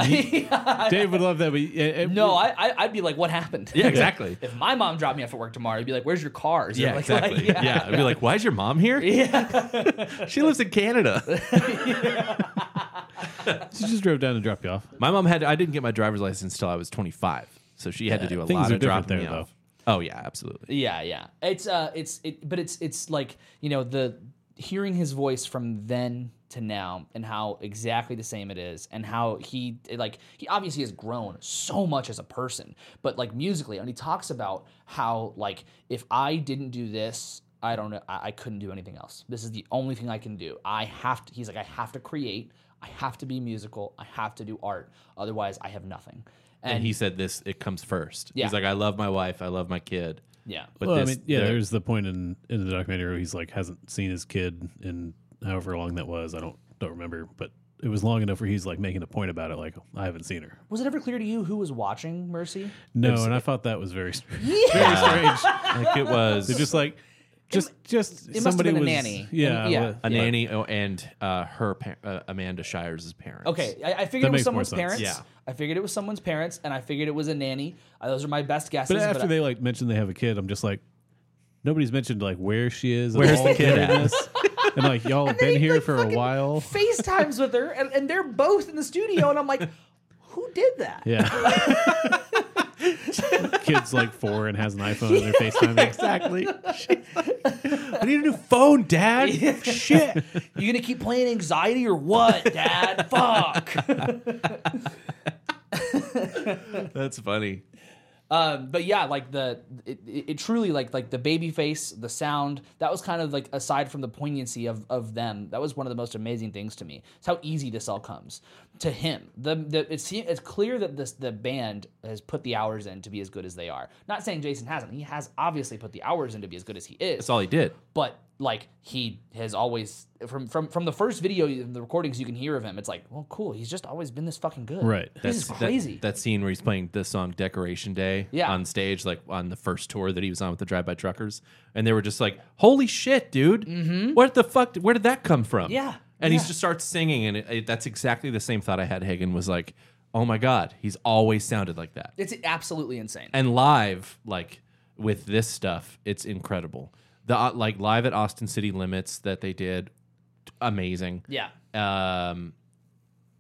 Speaker 2: Dave would love that. But
Speaker 3: no, I, I, I'd be [laughs] like, what happened?
Speaker 1: yeah, exactly.
Speaker 3: If my mom dropped me off at work tomorrow, I'd be like, where's your car? Is it
Speaker 1: Yeah,
Speaker 3: like- [laughs]
Speaker 1: exactly.
Speaker 3: like-
Speaker 1: yeah. I'd be like, why is your mom here? Yeah. [laughs] she lives in Canada.
Speaker 2: she just drove down and dropped you off.
Speaker 1: My mom had, I didn't get my driver's license till I was 25. So she had to do a
Speaker 2: things
Speaker 1: lot
Speaker 2: are
Speaker 1: of dropping
Speaker 2: different
Speaker 1: me
Speaker 2: there,
Speaker 1: off. Oh, yeah, absolutely.
Speaker 3: Yeah, yeah. It's uh, it's it, but it's it's like you know the hearing his voice from then to now and how exactly the same it is and how he like he obviously has grown so much as a person but like musically and he talks about how like if i didn't do this i don't know i, I couldn't do anything else this is the only thing i can do i have to he's like i have to create i have to be musical i have to do art otherwise i have nothing and,
Speaker 1: And he said this, it comes first.
Speaker 3: Yeah.
Speaker 1: He's like, I love my wife. I love my kid.
Speaker 3: yeah
Speaker 1: But
Speaker 2: Well,
Speaker 1: this,
Speaker 2: I mean, yeah,
Speaker 1: there-
Speaker 2: there's the point in in the documentary where he's like hasn't seen his kid in however long that was. I don't don't remember, but it was long enough where he's like making a point about it, like I haven't seen her.
Speaker 3: was it ever clear to you who was watching mercy
Speaker 2: No, and I thought that was very strange. [laughs]
Speaker 1: yeah. Like it was
Speaker 2: They're just like, just just
Speaker 3: it must have
Speaker 2: somebody
Speaker 3: been a
Speaker 2: was
Speaker 3: nanny.
Speaker 2: Yeah,
Speaker 3: Yeah.
Speaker 2: well,
Speaker 1: a nanny oh, and uh, her, pa- uh, Amanda Shires' parents.
Speaker 3: Okay, I, I figured
Speaker 2: That
Speaker 3: it was
Speaker 2: makes more
Speaker 3: someone's
Speaker 2: sense.
Speaker 3: parents.
Speaker 1: Yeah.
Speaker 3: I figured it was someone's parents, and I figured it was a nanny. Uh, those are my best guesses.
Speaker 2: But after
Speaker 3: I-
Speaker 2: they like mention they have a kid, I'm just like, nobody's mentioned like where she is. at
Speaker 1: Where's
Speaker 2: all
Speaker 1: the kid
Speaker 2: during
Speaker 1: at?
Speaker 2: this. And like y'all have been
Speaker 3: he,
Speaker 2: here
Speaker 3: like,
Speaker 2: for a
Speaker 3: fucking
Speaker 2: while.
Speaker 3: FaceTimes with her, and, and they're both in the studio, and I'm like, who did that?
Speaker 2: Yeah. Kid's like four and has an iPhone and they're FaceTiming.
Speaker 1: Exactly. I need a new phone, Dad.
Speaker 3: [laughs] [laughs] Shit, you gonna keep playing anxiety or what, [laughs] Dad? Fuck.
Speaker 1: That's funny.
Speaker 3: Um, but yeah, like the it, it it truly like like the baby face, the sound that was kind of like aside from the poignancy of of them, that was one of the most amazing things to me. It's how easy this all comes to him. The, the it's it's clear that this the band has put the hours in to be as good as they are. Not saying Jason hasn't; he has obviously put the hours in to be as good as he is
Speaker 1: That's all he did.
Speaker 3: but like he has always from from from the first video the recordings you can hear of him it's like well cool he's just always been this fucking good
Speaker 2: Right.
Speaker 3: this
Speaker 1: That's
Speaker 3: is crazy
Speaker 1: That, that scene where he's playing this song "Decoration Day"
Speaker 3: Yeah.
Speaker 1: on stage, like on the first tour that he was on with the Drive By Truckers, and they were just like, "Holy shit, dude! What the fuck? Where did that come from?"
Speaker 3: Mm-hmm. Yeah,
Speaker 1: and he
Speaker 3: yeah.
Speaker 1: just starts singing, and it, it- that's exactly the same thought I had. Hagen was like, "Oh my god, he's always sounded like that."
Speaker 3: it's absolutely insane
Speaker 1: And live, like with this stuff, it's incredible. the uh, like live at Austin City Limits that they did, amazing.
Speaker 3: Yeah.
Speaker 1: Um,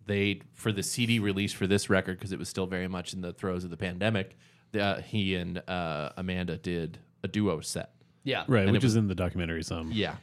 Speaker 1: they for the CD release for this record because it was still very much in the throes of the pandemic. Uh, he and uh, Amanda did a duo set.
Speaker 3: Yeah.
Speaker 2: Right,
Speaker 1: it
Speaker 2: which
Speaker 1: was-
Speaker 2: is in the documentary some.
Speaker 1: Yeah,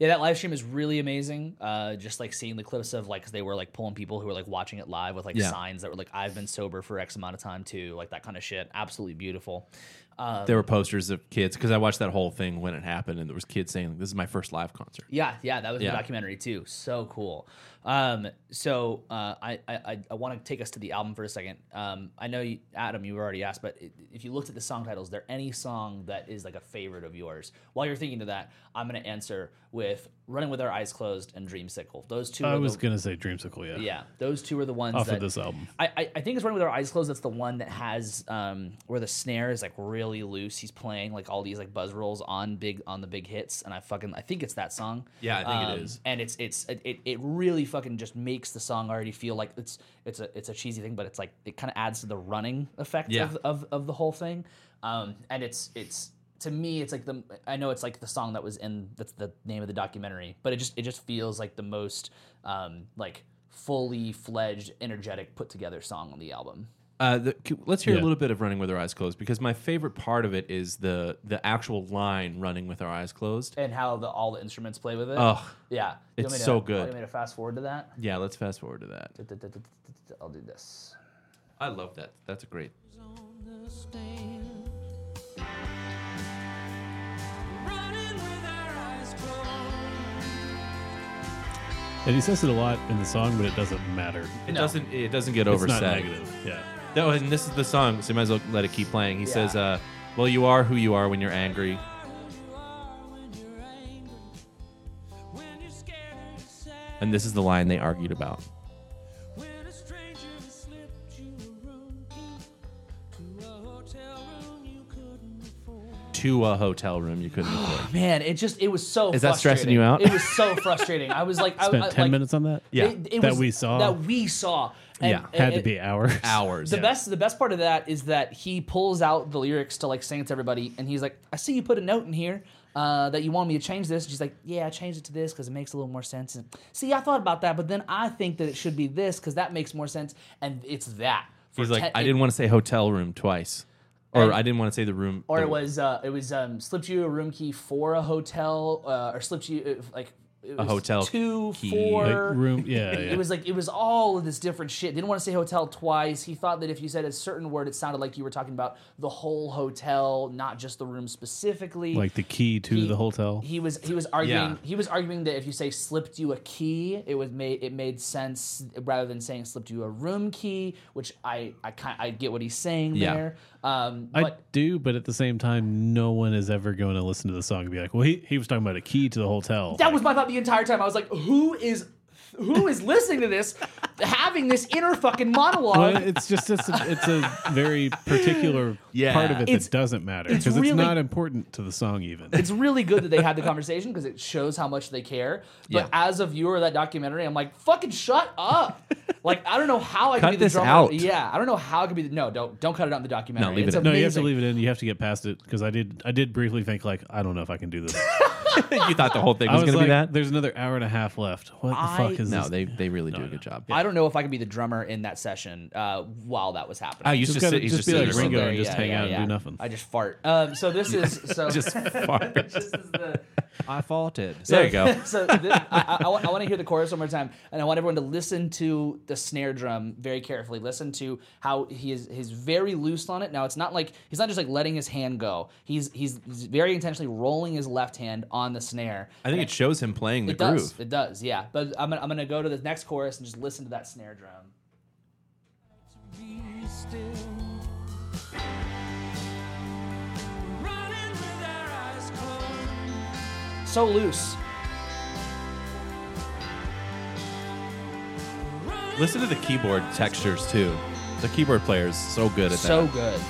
Speaker 3: Yeah, that live stream is really amazing. Uh, just like seeing the clips of like, 'cause they were like pulling people who were like watching it live with like
Speaker 1: Yeah.
Speaker 3: signs that were like, I've been sober for X amount of time too, like that kind of shit. Absolutely beautiful. Um,
Speaker 1: Uh, there were posters of kids because I watched that whole thing when it happened, and there was kids saying, "This is my first live concert."
Speaker 3: Yeah, yeah, that was in
Speaker 1: Yeah.
Speaker 3: the documentary too. So cool. Um, so uh, I I- I, I want to take us to the album for a second. Um, I know you, Adam, you already asked, but i- if you looked at the song titles, is there any song that is like a favorite of yours? While you're thinking of that, I'm gonna answer with "Running with Our Eyes Closed" and "Dreamsicle." Those two.
Speaker 2: I
Speaker 3: are
Speaker 2: was
Speaker 3: the,
Speaker 2: gonna say Dreamsicle, yeah.
Speaker 3: yeah, those two are the ones
Speaker 2: Off
Speaker 3: that
Speaker 2: of this album.
Speaker 3: I, I, I think it's running with our eyes closed. That's the one that has um, where the snare is like really loose. He's playing like all these like buzz rolls on big on the big hits, and I fucking I think it's that song.
Speaker 1: Yeah, I think it
Speaker 3: Um,
Speaker 1: is.
Speaker 3: And it's it's it, it, it really fucking just makes the song already feel like it's it's a it's a cheesy thing, but it's like it kind of adds to the running effect
Speaker 1: Yeah.
Speaker 3: of, of of the whole thing. Um, and it's it's to me it's like the I know it's like the song that was in that's the name of the documentary, but it just it just feels like the most um like fully fledged, energetic, put together song on the album.
Speaker 1: Uh, the, c- let's hear a
Speaker 2: Yeah.
Speaker 1: little bit of "Running with Our Eyes Closed" because my favorite part of it is the the actual line "Running with Our Eyes Closed."
Speaker 3: And how the all the instruments play with it.
Speaker 1: Ugh.
Speaker 3: yeah, You want
Speaker 1: it's
Speaker 3: me to-
Speaker 1: so
Speaker 3: you want
Speaker 1: good.
Speaker 3: me to fast forward to that?
Speaker 1: Yeah, let's fast forward to that.
Speaker 3: I'll do this.
Speaker 1: I love that. That's a great.
Speaker 4: on the stand. Running with our eyes closed.
Speaker 2: And he says it a lot in the song, but it doesn't matter.
Speaker 1: It
Speaker 3: No.
Speaker 1: doesn't. It doesn't get
Speaker 2: It's
Speaker 1: overset.
Speaker 2: not negative. Yeah.
Speaker 1: No, and this is the song, so you might as well let it keep playing. He
Speaker 3: Yeah.
Speaker 1: says, uh, "Well, you are who you are when you're angry."
Speaker 4: Are who you are when you're angry, when you're scared or you're sad.
Speaker 1: And this is the line they argued about.
Speaker 4: When a stranger has slipped you a room key to a hotel room you couldn't afford.
Speaker 1: To a hotel room you
Speaker 3: [gasps]
Speaker 1: couldn't afford.
Speaker 3: Man, it just it was so.
Speaker 1: Is that stressing you
Speaker 3: frustrating.
Speaker 1: out?
Speaker 3: It was so frustrating. I was like,
Speaker 2: [laughs]
Speaker 3: I,
Speaker 2: Spent
Speaker 3: I,
Speaker 2: ten
Speaker 3: Uh, like,
Speaker 2: minutes on that?
Speaker 1: Yeah.
Speaker 3: it- it
Speaker 2: That
Speaker 3: was-
Speaker 2: we saw.
Speaker 3: That we saw. And-
Speaker 1: Yeah.
Speaker 3: and-
Speaker 2: Had to
Speaker 3: and-
Speaker 2: be hours.
Speaker 1: Hours.
Speaker 3: The best, the best part of that is that he pulls out the lyrics to like sing it to everybody, and he's like, "I see you put a note in here uh, that you want me to change this." And she's like, "Yeah, I changed it to this because it makes a little more sense." And see, I thought about that, but then I think that it should be this because that makes more sense, and it's that. for
Speaker 1: He's like,
Speaker 3: ten-
Speaker 1: I
Speaker 3: it-
Speaker 1: didn't want to say hotel room twice, or I didn't want to say the room.
Speaker 3: or
Speaker 1: the-
Speaker 3: it was uh, it was um, slipped you a room key for a hotel, uh, or slipped you uh, like it was
Speaker 1: hotel
Speaker 3: two
Speaker 1: key.
Speaker 3: four
Speaker 2: Like room yeah, yeah.
Speaker 3: It was like it was all of this different shit. Didn't want to say hotel twice. He thought that if you said a certain word, it sounded like you were talking about the whole hotel, not just the room specifically.
Speaker 2: like the key to
Speaker 3: He-
Speaker 2: the hotel.
Speaker 3: he was he was arguing
Speaker 1: Yeah.
Speaker 3: he was arguing that if you say slipped you a key, it would made it made sense rather than saying slipped you a room key, which I I kind I get what he's saying
Speaker 1: Yeah.
Speaker 3: there. Um,
Speaker 2: I
Speaker 3: but
Speaker 2: do, but at the same time, no one is ever going to listen to the song and be like, "Well, he, he was talking about a key to the hotel."
Speaker 3: that was my thought the entire time. I was like, who is who is listening to this, having this inner fucking monologue?
Speaker 2: well, it's just it's a, it's a very particular
Speaker 1: Yeah.
Speaker 2: part of it
Speaker 3: It's-
Speaker 2: that doesn't matter
Speaker 3: it's
Speaker 2: because it's,
Speaker 3: really-
Speaker 2: not important to the song even.
Speaker 3: it's really good that they had the conversation because it shows how much they care. But
Speaker 1: Yeah.
Speaker 3: as a viewer of that documentary, I'm like, fucking shut
Speaker 2: [laughs]
Speaker 3: up. like I don't know how I
Speaker 1: Cut
Speaker 3: can be the
Speaker 1: this
Speaker 3: drummer.
Speaker 1: out.
Speaker 3: Yeah, I don't know how I could be the no. Don't don't cut it out in the documentary.
Speaker 1: No, leave
Speaker 3: it's
Speaker 1: it in.
Speaker 2: no, you have to
Speaker 3: amazing.
Speaker 2: leave it in. You have to get past it because I did I did briefly think like I don't know if I can do this.
Speaker 1: [laughs] you thought the whole thing
Speaker 2: [laughs] I
Speaker 1: was,
Speaker 2: was
Speaker 1: going to
Speaker 2: like,
Speaker 1: be that?
Speaker 2: there's another hour and a half left. What
Speaker 3: I-
Speaker 2: the fuck is
Speaker 1: No,
Speaker 2: this?
Speaker 1: they they really do a good job.
Speaker 3: I don't know if I could be the drummer in that session uh, while that was happening.
Speaker 1: I used to
Speaker 2: just gotta-
Speaker 1: sit. He's just
Speaker 2: just be
Speaker 1: sitting
Speaker 2: Ah,
Speaker 1: there.
Speaker 2: like Ringo
Speaker 3: There,
Speaker 2: and just hang out and do nothing.
Speaker 3: I just fart. Um, so this
Speaker 2: [laughs]
Speaker 3: is so
Speaker 1: Just fart.
Speaker 3: this is the
Speaker 1: I faulted. There you go.
Speaker 3: [laughs] so th- I, I, want to hear the chorus one more time, and I want everyone to listen to the snare drum very carefully. Listen to how he is he's very loose on it. Now it's not like he's not just like letting his hand go. He's he's very intentionally rolling his left hand on the snare.
Speaker 1: I think it shows him playing the
Speaker 3: It does.
Speaker 1: groove.
Speaker 3: It does. Yeah. But I'm gonna, I'm gonna go to the next chorus and just listen to that snare drum.
Speaker 4: Be still. Running with our eyes closed.
Speaker 3: So loose.
Speaker 4: Running
Speaker 1: Listen to the keyboard textures too. The keyboard player is so good at that.
Speaker 3: So good.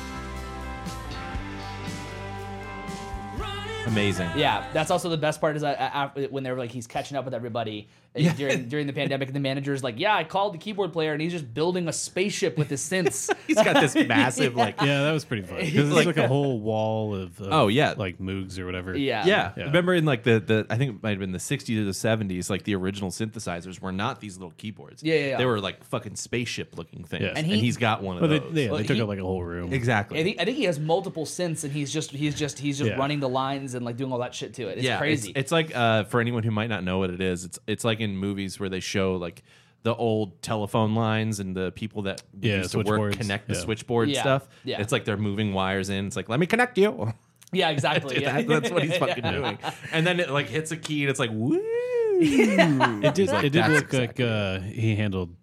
Speaker 4: Running
Speaker 1: Amazing.
Speaker 3: Yeah, that's also the best part is that uh, af- when they're like he's catching up with everybody
Speaker 1: [laughs]
Speaker 3: and during during the pandemic, and the manager's like, "Yeah, I called the keyboard player, and he's just building a spaceship with his
Speaker 1: [laughs]
Speaker 3: synths."
Speaker 1: He's got
Speaker 3: [laughs]
Speaker 1: this massive like.
Speaker 2: [laughs] Yeah, that was pretty fun. 'Cause it's like, a whole wall of, of
Speaker 1: Oh, yeah.
Speaker 2: like Moogs or whatever.
Speaker 3: yeah,
Speaker 1: Yeah.
Speaker 2: Yeah.
Speaker 1: Remember in like the, the I think it might have been the 60s or the 70s, like the original synthesizers were not these little keyboards.
Speaker 3: Yeah, yeah, yeah.
Speaker 1: They were like fucking spaceship looking things.
Speaker 2: Yes.
Speaker 1: And,
Speaker 2: And
Speaker 3: he-
Speaker 1: he, has got one of
Speaker 2: But they,
Speaker 1: those.
Speaker 2: yeah,
Speaker 3: Well,
Speaker 2: they took
Speaker 3: he-
Speaker 2: up like a whole room.
Speaker 1: Exactly.
Speaker 3: I think, I think he has multiple synths, and he's just he's just he's just
Speaker 2: Yeah.
Speaker 3: running the lines and like doing all that shit to it. It's
Speaker 1: yeah,
Speaker 3: crazy.
Speaker 1: It's, it's like uh, for anyone who might not know what it is, it's it's like in movies where they show like the old telephone lines and the people that
Speaker 2: Yeah,
Speaker 1: used to work
Speaker 2: switchboards.
Speaker 1: connect the
Speaker 2: Yeah.
Speaker 1: switchboard
Speaker 3: Yeah,
Speaker 1: stuff.
Speaker 3: yeah.
Speaker 1: It's like they're moving wires in. It's like let me connect you. [laughs]
Speaker 3: yeah, exactly. yeah.
Speaker 1: That- that's
Speaker 3: [laughs]
Speaker 1: what he's fucking doing. And then it like hits a key and it's like woo.
Speaker 2: It did. [laughs] it did
Speaker 1: "That's
Speaker 2: look like uh, he handled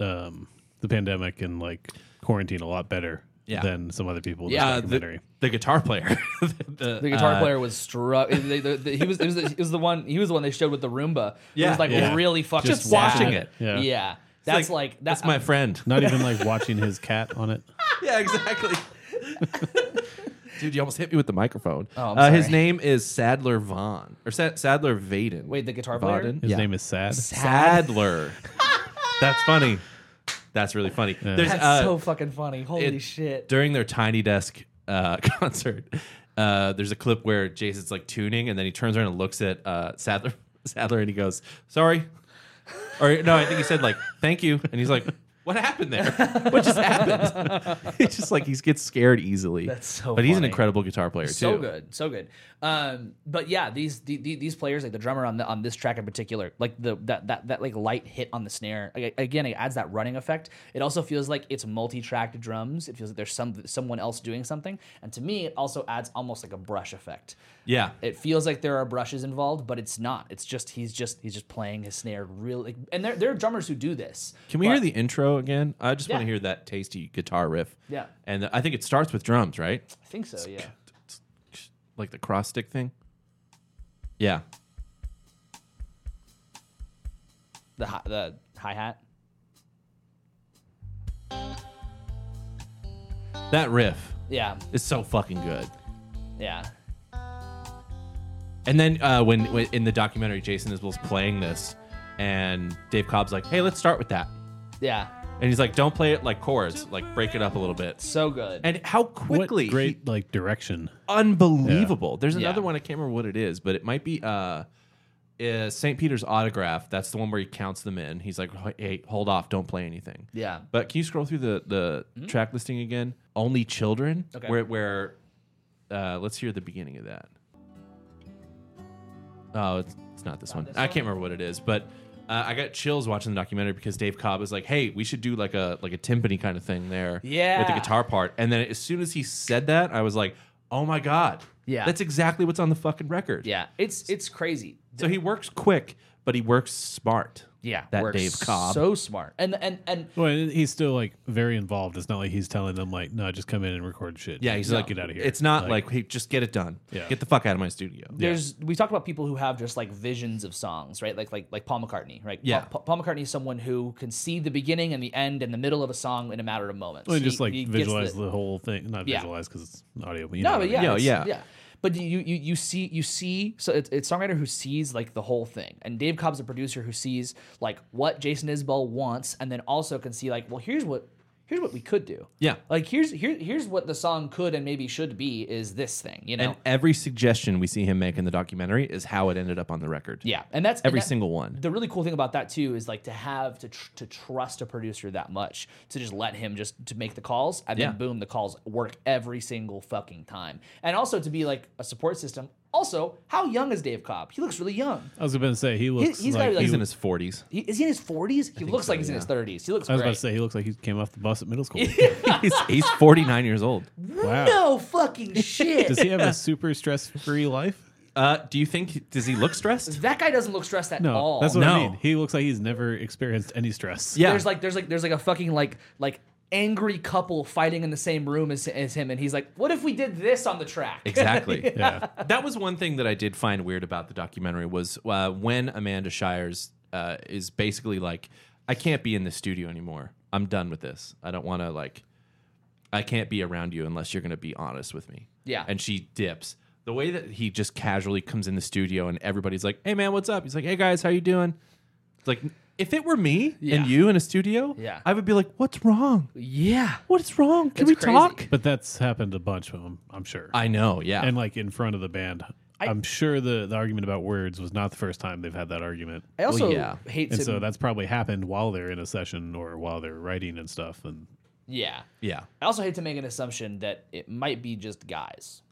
Speaker 2: um, the pandemic and like quarantine a lot better
Speaker 1: Yeah.
Speaker 2: than some other people. in this
Speaker 1: Yeah,
Speaker 2: documentary.
Speaker 1: the, the guitar player. [laughs] the,
Speaker 3: The guitar
Speaker 1: uh,
Speaker 3: player was struck. they- they- they- He was, it was, the- it was the one. He was the one they showed with the Roomba. it
Speaker 1: Yeah.
Speaker 3: was like
Speaker 2: Yeah.
Speaker 3: really fucking
Speaker 1: Just
Speaker 3: sad.
Speaker 1: watching it.
Speaker 3: Yeah,
Speaker 2: Yeah.
Speaker 1: It's
Speaker 3: that's like, um, that's
Speaker 1: that's my friend.
Speaker 2: Not even like
Speaker 1: [laughs]
Speaker 2: watching his cat on it.
Speaker 1: yeah,
Speaker 3: [laughs]
Speaker 1: exactly. Dude, you almost hit me with the microphone.
Speaker 3: Oh, I'm
Speaker 1: uh, his
Speaker 3: sorry.
Speaker 1: name is Sadler Vaughn or Sa- Sadler Vaden.
Speaker 3: Wait, the guitar player?
Speaker 1: Vaden?
Speaker 2: His
Speaker 1: Yeah.
Speaker 2: name is Sad.
Speaker 3: [laughs]
Speaker 1: Sadler. That's funny. That's really funny. There's,
Speaker 3: That's
Speaker 1: uh,
Speaker 3: so fucking funny. Holy
Speaker 1: it-
Speaker 3: shit.
Speaker 1: during their Tiny Desk uh, [laughs] concert, uh, there's a clip where Jason's like tuning, and then he turns around and looks at uh, Sadler, [laughs] Sadler, and he goes, "Sorry," or no, I think he said like, "Thank you," and he's like, "What happened there? What just happened?" [laughs] it's just like he gets scared easily.
Speaker 3: That's so
Speaker 1: But he's an
Speaker 3: funny.
Speaker 1: incredible guitar player
Speaker 3: so
Speaker 1: too.
Speaker 3: good, so good. Um, but yeah, these the, the, these players, like the drummer on the, on this track in particular, like the that that, that like light hit on the snare. like, Again, it adds that running effect. It also feels like it's multi-tracked drums. It feels like there's some someone else doing something. And to me, it also adds almost like a brush effect.
Speaker 1: Yeah.
Speaker 3: It feels like there are brushes involved, but it's not. It's just he's just he's just playing his snare really. And there there are drummers who do this.
Speaker 1: Can we
Speaker 3: but-
Speaker 1: hear the intro again? I just want
Speaker 3: Yeah.
Speaker 1: to hear that tasty guitar riff.
Speaker 3: Yeah.
Speaker 1: And I think it starts with drums, right?
Speaker 3: I think so. Yeah.
Speaker 1: Like the cross stick thing. Yeah.
Speaker 3: The hi- the hi hat.
Speaker 1: That riff
Speaker 3: Yeah.
Speaker 1: is so fucking good.
Speaker 3: Yeah.
Speaker 1: And then uh, when, when in the documentary, Jason Isbell's playing this, and Dave Cobb's like, "Hey, let's start with that,"
Speaker 3: Yeah.
Speaker 1: and he's like, "Don't play it like chords, like break it up a little bit."
Speaker 3: So good.
Speaker 1: And how
Speaker 2: What
Speaker 1: quickly,
Speaker 2: great
Speaker 1: he-
Speaker 2: like direction.
Speaker 1: unbelievable! There's another
Speaker 3: Yeah.
Speaker 1: one I can't remember what it is, but it might be uh, uh, St. Peter's autograph. That's the one where he counts them in. He's like, "Hey, hold off, don't play anything."
Speaker 3: yeah. Hmm?
Speaker 1: But can you scroll through the the track listing again? Only children.
Speaker 3: Okay.
Speaker 1: Where where? Uh, let's hear the beginning of that. Oh, it's, it's not this one. I can't remember what it is, but uh, I got chills watching the documentary because Dave Cobb was like, "Hey, we should do like a like a timpani kind of thing there, with the
Speaker 3: Yeah.
Speaker 1: guitar part." And then as soon as he said that, I was like, "Oh my god,
Speaker 3: Yeah.
Speaker 1: that's exactly what's on the fucking record."
Speaker 3: Yeah, it's it's crazy.
Speaker 1: So he works quick, but he works smart.
Speaker 3: Yeah,
Speaker 1: that
Speaker 3: works
Speaker 1: Dave Cobb.
Speaker 3: so smart, and and and
Speaker 2: Well, and he's still like very involved. It's not like he's telling them like, no, just come in and record shit.
Speaker 1: yeah, he's
Speaker 2: like,
Speaker 1: like,
Speaker 2: get out of here.
Speaker 1: It's not like, hey, just get it done.
Speaker 2: Yeah.
Speaker 1: Get the fuck out of my studio.
Speaker 3: there's we talked about people who have just like visions of songs, right? Like like like Paul McCartney, right?
Speaker 1: Yeah.
Speaker 3: Paul, Paul McCartney is someone who can see the beginning and the end and the middle of a song in a matter of moments.
Speaker 2: Well,
Speaker 3: He-
Speaker 2: just like
Speaker 3: he gets
Speaker 2: visualize
Speaker 3: the-
Speaker 2: the, whole thing. Not
Speaker 3: Yeah.
Speaker 2: visualize because it's audio. But you know
Speaker 3: No,
Speaker 2: what
Speaker 3: but
Speaker 2: I
Speaker 3: yeah,
Speaker 2: mean.
Speaker 1: Yeah,
Speaker 3: it's-
Speaker 1: yeah.
Speaker 3: yeah. But you, you you see you see so it's, it's a songwriter who sees like the whole thing, and Dave Cobb's a producer who sees like what Jason Isbell wants, and then also can see like well here's what here's what we could do.
Speaker 1: Yeah.
Speaker 3: like here's here here's what the song could and maybe should be is this thing you know.
Speaker 1: And every suggestion we see him make in the documentary is how it ended up on the record.
Speaker 3: yeah, and that's and
Speaker 1: Every
Speaker 3: that-
Speaker 1: single one.
Speaker 3: The really cool thing about that too is like to have to tr- to trust a producer that much to just let him just to make the calls and
Speaker 1: Yeah.
Speaker 3: then boom the calls work every single fucking time. And also to be like a support system. Also, how young is Dave Cobb? He looks really young.
Speaker 2: I was going to say he looks
Speaker 3: he's gotta
Speaker 2: like,
Speaker 3: be, like,
Speaker 2: he
Speaker 1: He's in
Speaker 2: was-
Speaker 1: his 40s.
Speaker 3: He, is he in his 40s? He looks like he's in his 30s. He looks
Speaker 2: I was
Speaker 3: great.
Speaker 2: about to say he looks like he came off the bus at
Speaker 1: [laughs]
Speaker 2: middle school.
Speaker 1: [laughs] he's, he's 49 years old.
Speaker 2: wow. [laughs]
Speaker 3: No fucking shit.
Speaker 2: Does he have a super stress free life?
Speaker 1: Uh, do you think, does he look stressed?
Speaker 3: that guy doesn't look stressed at
Speaker 2: No,
Speaker 3: all.
Speaker 2: that's what I
Speaker 1: No.
Speaker 2: mean. He looks like he's never experienced any stress.
Speaker 1: Yeah.
Speaker 3: There's like there's like there's like a fucking like like angry couple fighting in the same room as, as him and he's like, "What if we did this on the track?"
Speaker 1: Exactly.
Speaker 2: yeah.
Speaker 1: That was one thing that I did find weird about the documentary was uh, when Amanda Shires uh, is basically like, I can't be in the studio anymore. I'm done with this. I don't want to like, I can't be around you unless you're going to be honest with me.
Speaker 3: Yeah.
Speaker 1: And she dips. The way that he just casually comes in the studio and everybody's like, "Hey man, what's up?" He's like, "Hey guys, how you doing?" It's like if it were me
Speaker 3: Yeah.
Speaker 1: and you in a studio,
Speaker 3: Yeah.
Speaker 1: I would be like, "What's wrong?
Speaker 3: [laughs] Yeah.
Speaker 1: What's wrong? Can
Speaker 3: It's
Speaker 1: we
Speaker 3: crazy.
Speaker 1: talk?"
Speaker 2: But that's happened a bunch of them, I'm sure.
Speaker 1: I know, yeah.
Speaker 2: and like in front of the band. I, am sure the, the argument about words was not the first time they've had that argument.
Speaker 3: I also
Speaker 1: yeah.
Speaker 3: hate
Speaker 2: And
Speaker 3: to.
Speaker 2: so that's probably happened while they're in a session or while they're writing and stuff. And
Speaker 3: yeah.
Speaker 1: yeah.
Speaker 3: I also hate to make an assumption that it might be just guys.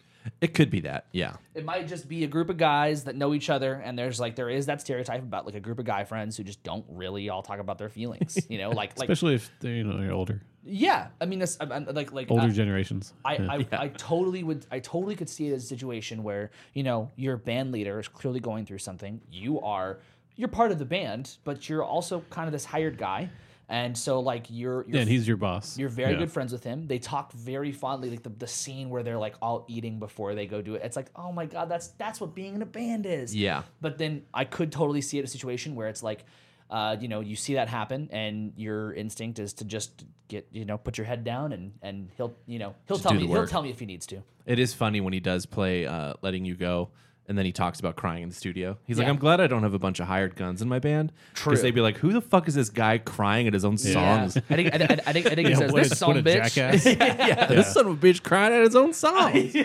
Speaker 1: It could be that. Yeah.
Speaker 3: It might just be a group of guys that know each other, and there's like there is that stereotype about like a group of guy friends who just don't really all talk about their feelings.
Speaker 2: [laughs]
Speaker 3: You know, like like
Speaker 2: especially if they're you know they're older,
Speaker 3: yeah. I mean, this I'm, I'm, like like
Speaker 2: older
Speaker 3: I-
Speaker 2: generations.
Speaker 3: I,
Speaker 2: [laughs]
Speaker 3: I, I totally would I totally could see it as a situation where you know your band leader is clearly going through something. You are you're part of the band, but you're also kind of this hired guy, and so like you're, you're
Speaker 2: and he's your boss.
Speaker 3: you're very
Speaker 2: Yeah.
Speaker 3: good friends with him. They talk very fondly, like the, the scene where they're like all eating before they go do it. It's like, oh my god, that's that's what being in a band is.
Speaker 1: Yeah.
Speaker 3: But then I could totally see it a situation where it's like, uh, you know, you see that happen, and your instinct is to just get you know put your head down, and and he'll you know he'll tell
Speaker 1: do
Speaker 3: me
Speaker 1: the
Speaker 3: he'll
Speaker 1: work.
Speaker 3: tell me if he needs to.
Speaker 1: It is funny when he does play uh, "Letting You Go," and then he talks about crying in the studio. He's like,
Speaker 3: Yeah.
Speaker 1: "I'm glad I don't have a bunch of hired guns in my band,
Speaker 3: True.
Speaker 1: they'd be like, "Who the fuck is this guy crying at his own
Speaker 3: [laughs]
Speaker 1: songs?" [laughs]
Speaker 3: I think I, think- I think I think he
Speaker 2: Yeah,
Speaker 3: says
Speaker 2: what
Speaker 3: this
Speaker 2: a-
Speaker 3: song,
Speaker 2: what a
Speaker 3: bitch. [laughs]
Speaker 2: jackass.
Speaker 1: yeah, this son of a bitch crying at his own songs.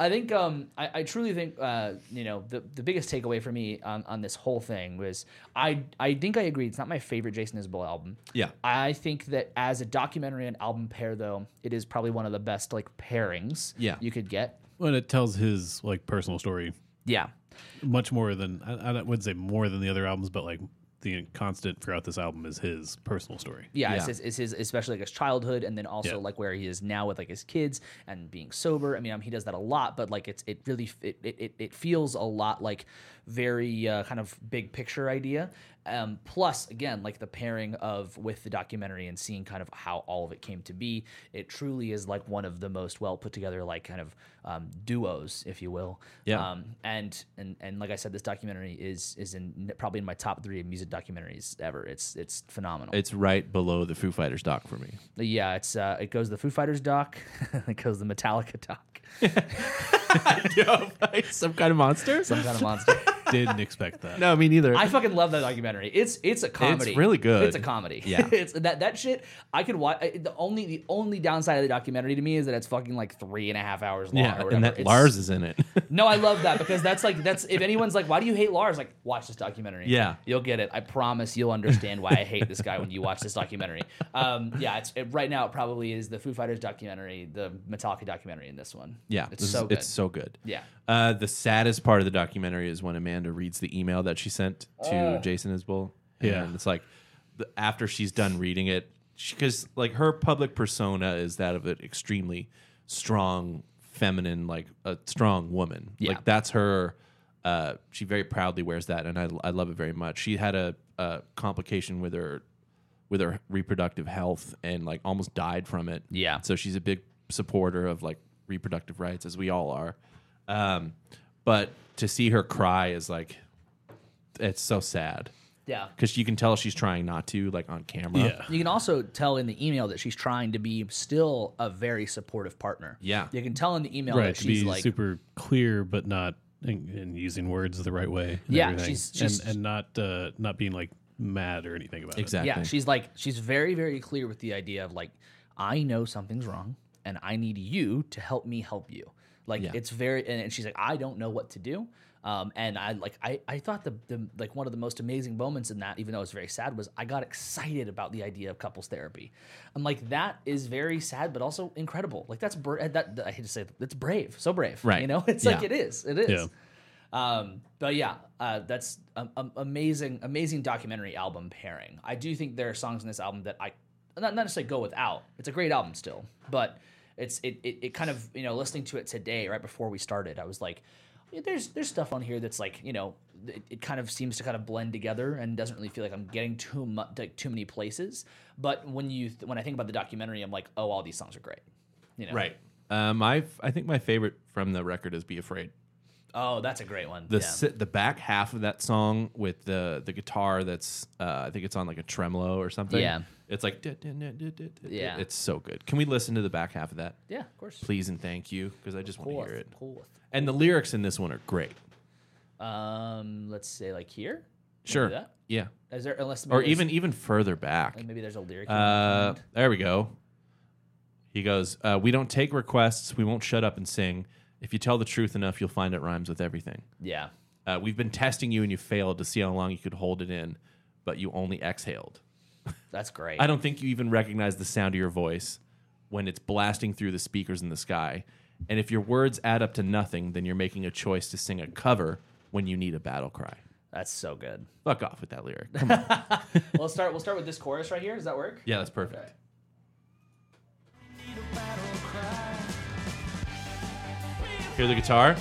Speaker 3: I think um, I, I truly think uh, you know the, the biggest takeaway for me on, on this whole thing was I I think I agree it's not my favorite Jason Isbell album.
Speaker 1: Yeah.
Speaker 3: I think that as a documentary and album pair though, it is probably one of the best like pairings
Speaker 1: Yeah.
Speaker 3: you could get.
Speaker 2: When it tells his like personal story,
Speaker 3: Yeah.
Speaker 2: much more than I, I don't- wouldn't say more than the other albums, but like the constant throughout this album is his personal story.
Speaker 3: Yeah, It's,
Speaker 1: Yeah.
Speaker 3: his, it's his especially like his childhood, and then
Speaker 2: Yeah.
Speaker 3: also like where he is now with like his kids and being sober. I mean, um, he does that a lot, but like it's it really f- it it, it, it feels a lot like very uh, kind of big picture idea. Um, plus, again, like the pairing of with the documentary and seeing kind of how all of it came to be, it truly is like one of the most well put together like kind of um, duos, if you will.
Speaker 1: Yeah.
Speaker 3: Um, and and and like I said, this documentary is is in probably in my top three of music documentaries ever. It's it's phenomenal.
Speaker 1: It's right below the Foo Fighters doc for
Speaker 3: [laughs]
Speaker 1: me.
Speaker 3: Yeah, it's uh, it goes the Foo Fighters doc, [laughs] it goes the Metallica
Speaker 1: [laughs]
Speaker 3: doc.
Speaker 1: Some kind of
Speaker 3: [laughs]
Speaker 1: monster?
Speaker 3: Some kind of monster.
Speaker 2: [laughs] Didn't expect that.
Speaker 1: No, me neither.
Speaker 3: I fucking love that documentary. It's it's a comedy.
Speaker 1: really good.
Speaker 3: It's a comedy.
Speaker 1: Yeah.
Speaker 3: [laughs] it's that that shit. I could watch. I, the only the only downside of the documentary to me is that it's fucking like three and a half hours long.
Speaker 1: yeah,
Speaker 3: or
Speaker 1: and
Speaker 3: whatever.
Speaker 1: that
Speaker 3: It's-
Speaker 1: Lars is in it. [laughs]
Speaker 3: No, I love that because that's like that's if anyone's like, why do you hate Lars? Like, watch this documentary.
Speaker 1: Yeah.
Speaker 3: you'll get it. I promise you'll understand why I hate this guy when you watch this documentary. Um, yeah, it's it, right now it probably is the Foo Fighters documentary, the Metallica documentary, in this one.
Speaker 1: yeah,
Speaker 3: it's
Speaker 1: this
Speaker 3: so
Speaker 1: is-
Speaker 3: good.
Speaker 1: it's so good.
Speaker 3: Yeah.
Speaker 1: Uh, the saddest part of the documentary is when Amanda reads the email that she sent to Jason Isbell.
Speaker 2: Yeah.
Speaker 1: and it's like the, after she's done reading it, because like her public persona is that of an extremely strong feminine, like a strong woman.
Speaker 3: Yeah.
Speaker 1: Like that's her. Uh, she very proudly wears that, and I, I love it very much. She had a, a complication with her with her reproductive health and like almost died from it.
Speaker 3: Yeah.
Speaker 1: So she's a big supporter of like reproductive rights, as we all are. Um, but to see her cry is like, it's so sad
Speaker 3: Yeah.
Speaker 1: because you can tell she's trying not to, like on camera.
Speaker 2: Yeah.
Speaker 3: You can also tell in the email that she's trying to be still a very supportive partner.
Speaker 1: Yeah.
Speaker 3: You can tell in the email
Speaker 2: right
Speaker 3: that
Speaker 2: to
Speaker 3: she's
Speaker 2: be
Speaker 3: like
Speaker 2: super clear but not and, and using words the right way and
Speaker 3: Yeah,
Speaker 2: everything.
Speaker 3: she's- she's-
Speaker 2: and, and not uh not being like mad or anything about
Speaker 1: Exactly.
Speaker 3: Yeah, she's like she's very very clear with the idea of like I know something's wrong and I need you to help me help you. Like
Speaker 1: Yeah.
Speaker 3: it's very and, and she's like I don't know what to do. Um, and I like I, I thought the, the like one of the most amazing moments in that, even though it's very sad, was I got excited about the idea of couples therapy. I'm like that is very sad, but also incredible. Like that's bra- that, that- I hate to say it, that's brave, so brave.
Speaker 1: Right.
Speaker 3: You know, [laughs] it's like
Speaker 1: Yeah.
Speaker 3: it is, it is.
Speaker 2: Yeah.
Speaker 3: Um, but yeah, uh, that's um, um, amazing, amazing documentary album pairing. I do think there are songs in this album that I not, not necessarily go without. It's a great album still, but it's it, it it kind of you know listening to it today right before we started, I was like, "Yeah, there's there's stuff on here that's like you know it, it kind of seems to kind of blend together and doesn't really feel like I'm getting too much like too many places. But when you th- when I think about the documentary, I'm like, oh, all these songs are great. You know,
Speaker 1: Um, Right. Uh, my, I think my favorite from the record is "Be Afraid."
Speaker 3: Oh, that's a great one.
Speaker 1: the
Speaker 3: yeah.
Speaker 1: si- the back half of that song with the the guitar that's uh, I think it's on like a tremolo or something.
Speaker 3: Yeah.
Speaker 1: it's like "Duh, duh, duh, duh, duh, duh."
Speaker 3: Yeah.
Speaker 1: it's so good. Can we listen to the back half of that,
Speaker 3: yeah, of course.
Speaker 1: please and thank you? Because I just want to
Speaker 3: Fourth,
Speaker 1: hear it.
Speaker 3: fourth.
Speaker 1: And the lyrics in this one are great.
Speaker 3: Um, let's say like here.
Speaker 1: Sure.
Speaker 3: that?
Speaker 1: Yeah.
Speaker 3: Is there unless maybe
Speaker 1: Or
Speaker 3: there's-
Speaker 1: even even further back.
Speaker 3: maybe there's a lyric.
Speaker 1: Uh,
Speaker 3: in my mind.
Speaker 1: there we go. He goes, uh, "We don't take requests. We won't shut up and sing. If you tell the truth enough, you'll find it rhymes with everything."
Speaker 3: yeah.
Speaker 1: Uh, we've been testing you and you failed to see how long you could hold it in, but you only exhaled.
Speaker 3: That's great.
Speaker 1: I don't think you even recognize the sound of your voice when it's blasting through the speakers in the sky. And if your words add up to nothing, then you're making a choice to sing a cover when you need a battle cry.
Speaker 3: That's
Speaker 1: [laughs]
Speaker 3: so good.
Speaker 1: Fuck off with that
Speaker 3: [laughs]
Speaker 1: lyric. Come on.
Speaker 3: we'll start. We'll start with this chorus right here. Does that work?
Speaker 1: yeah, that's perfect. Hear the guitar.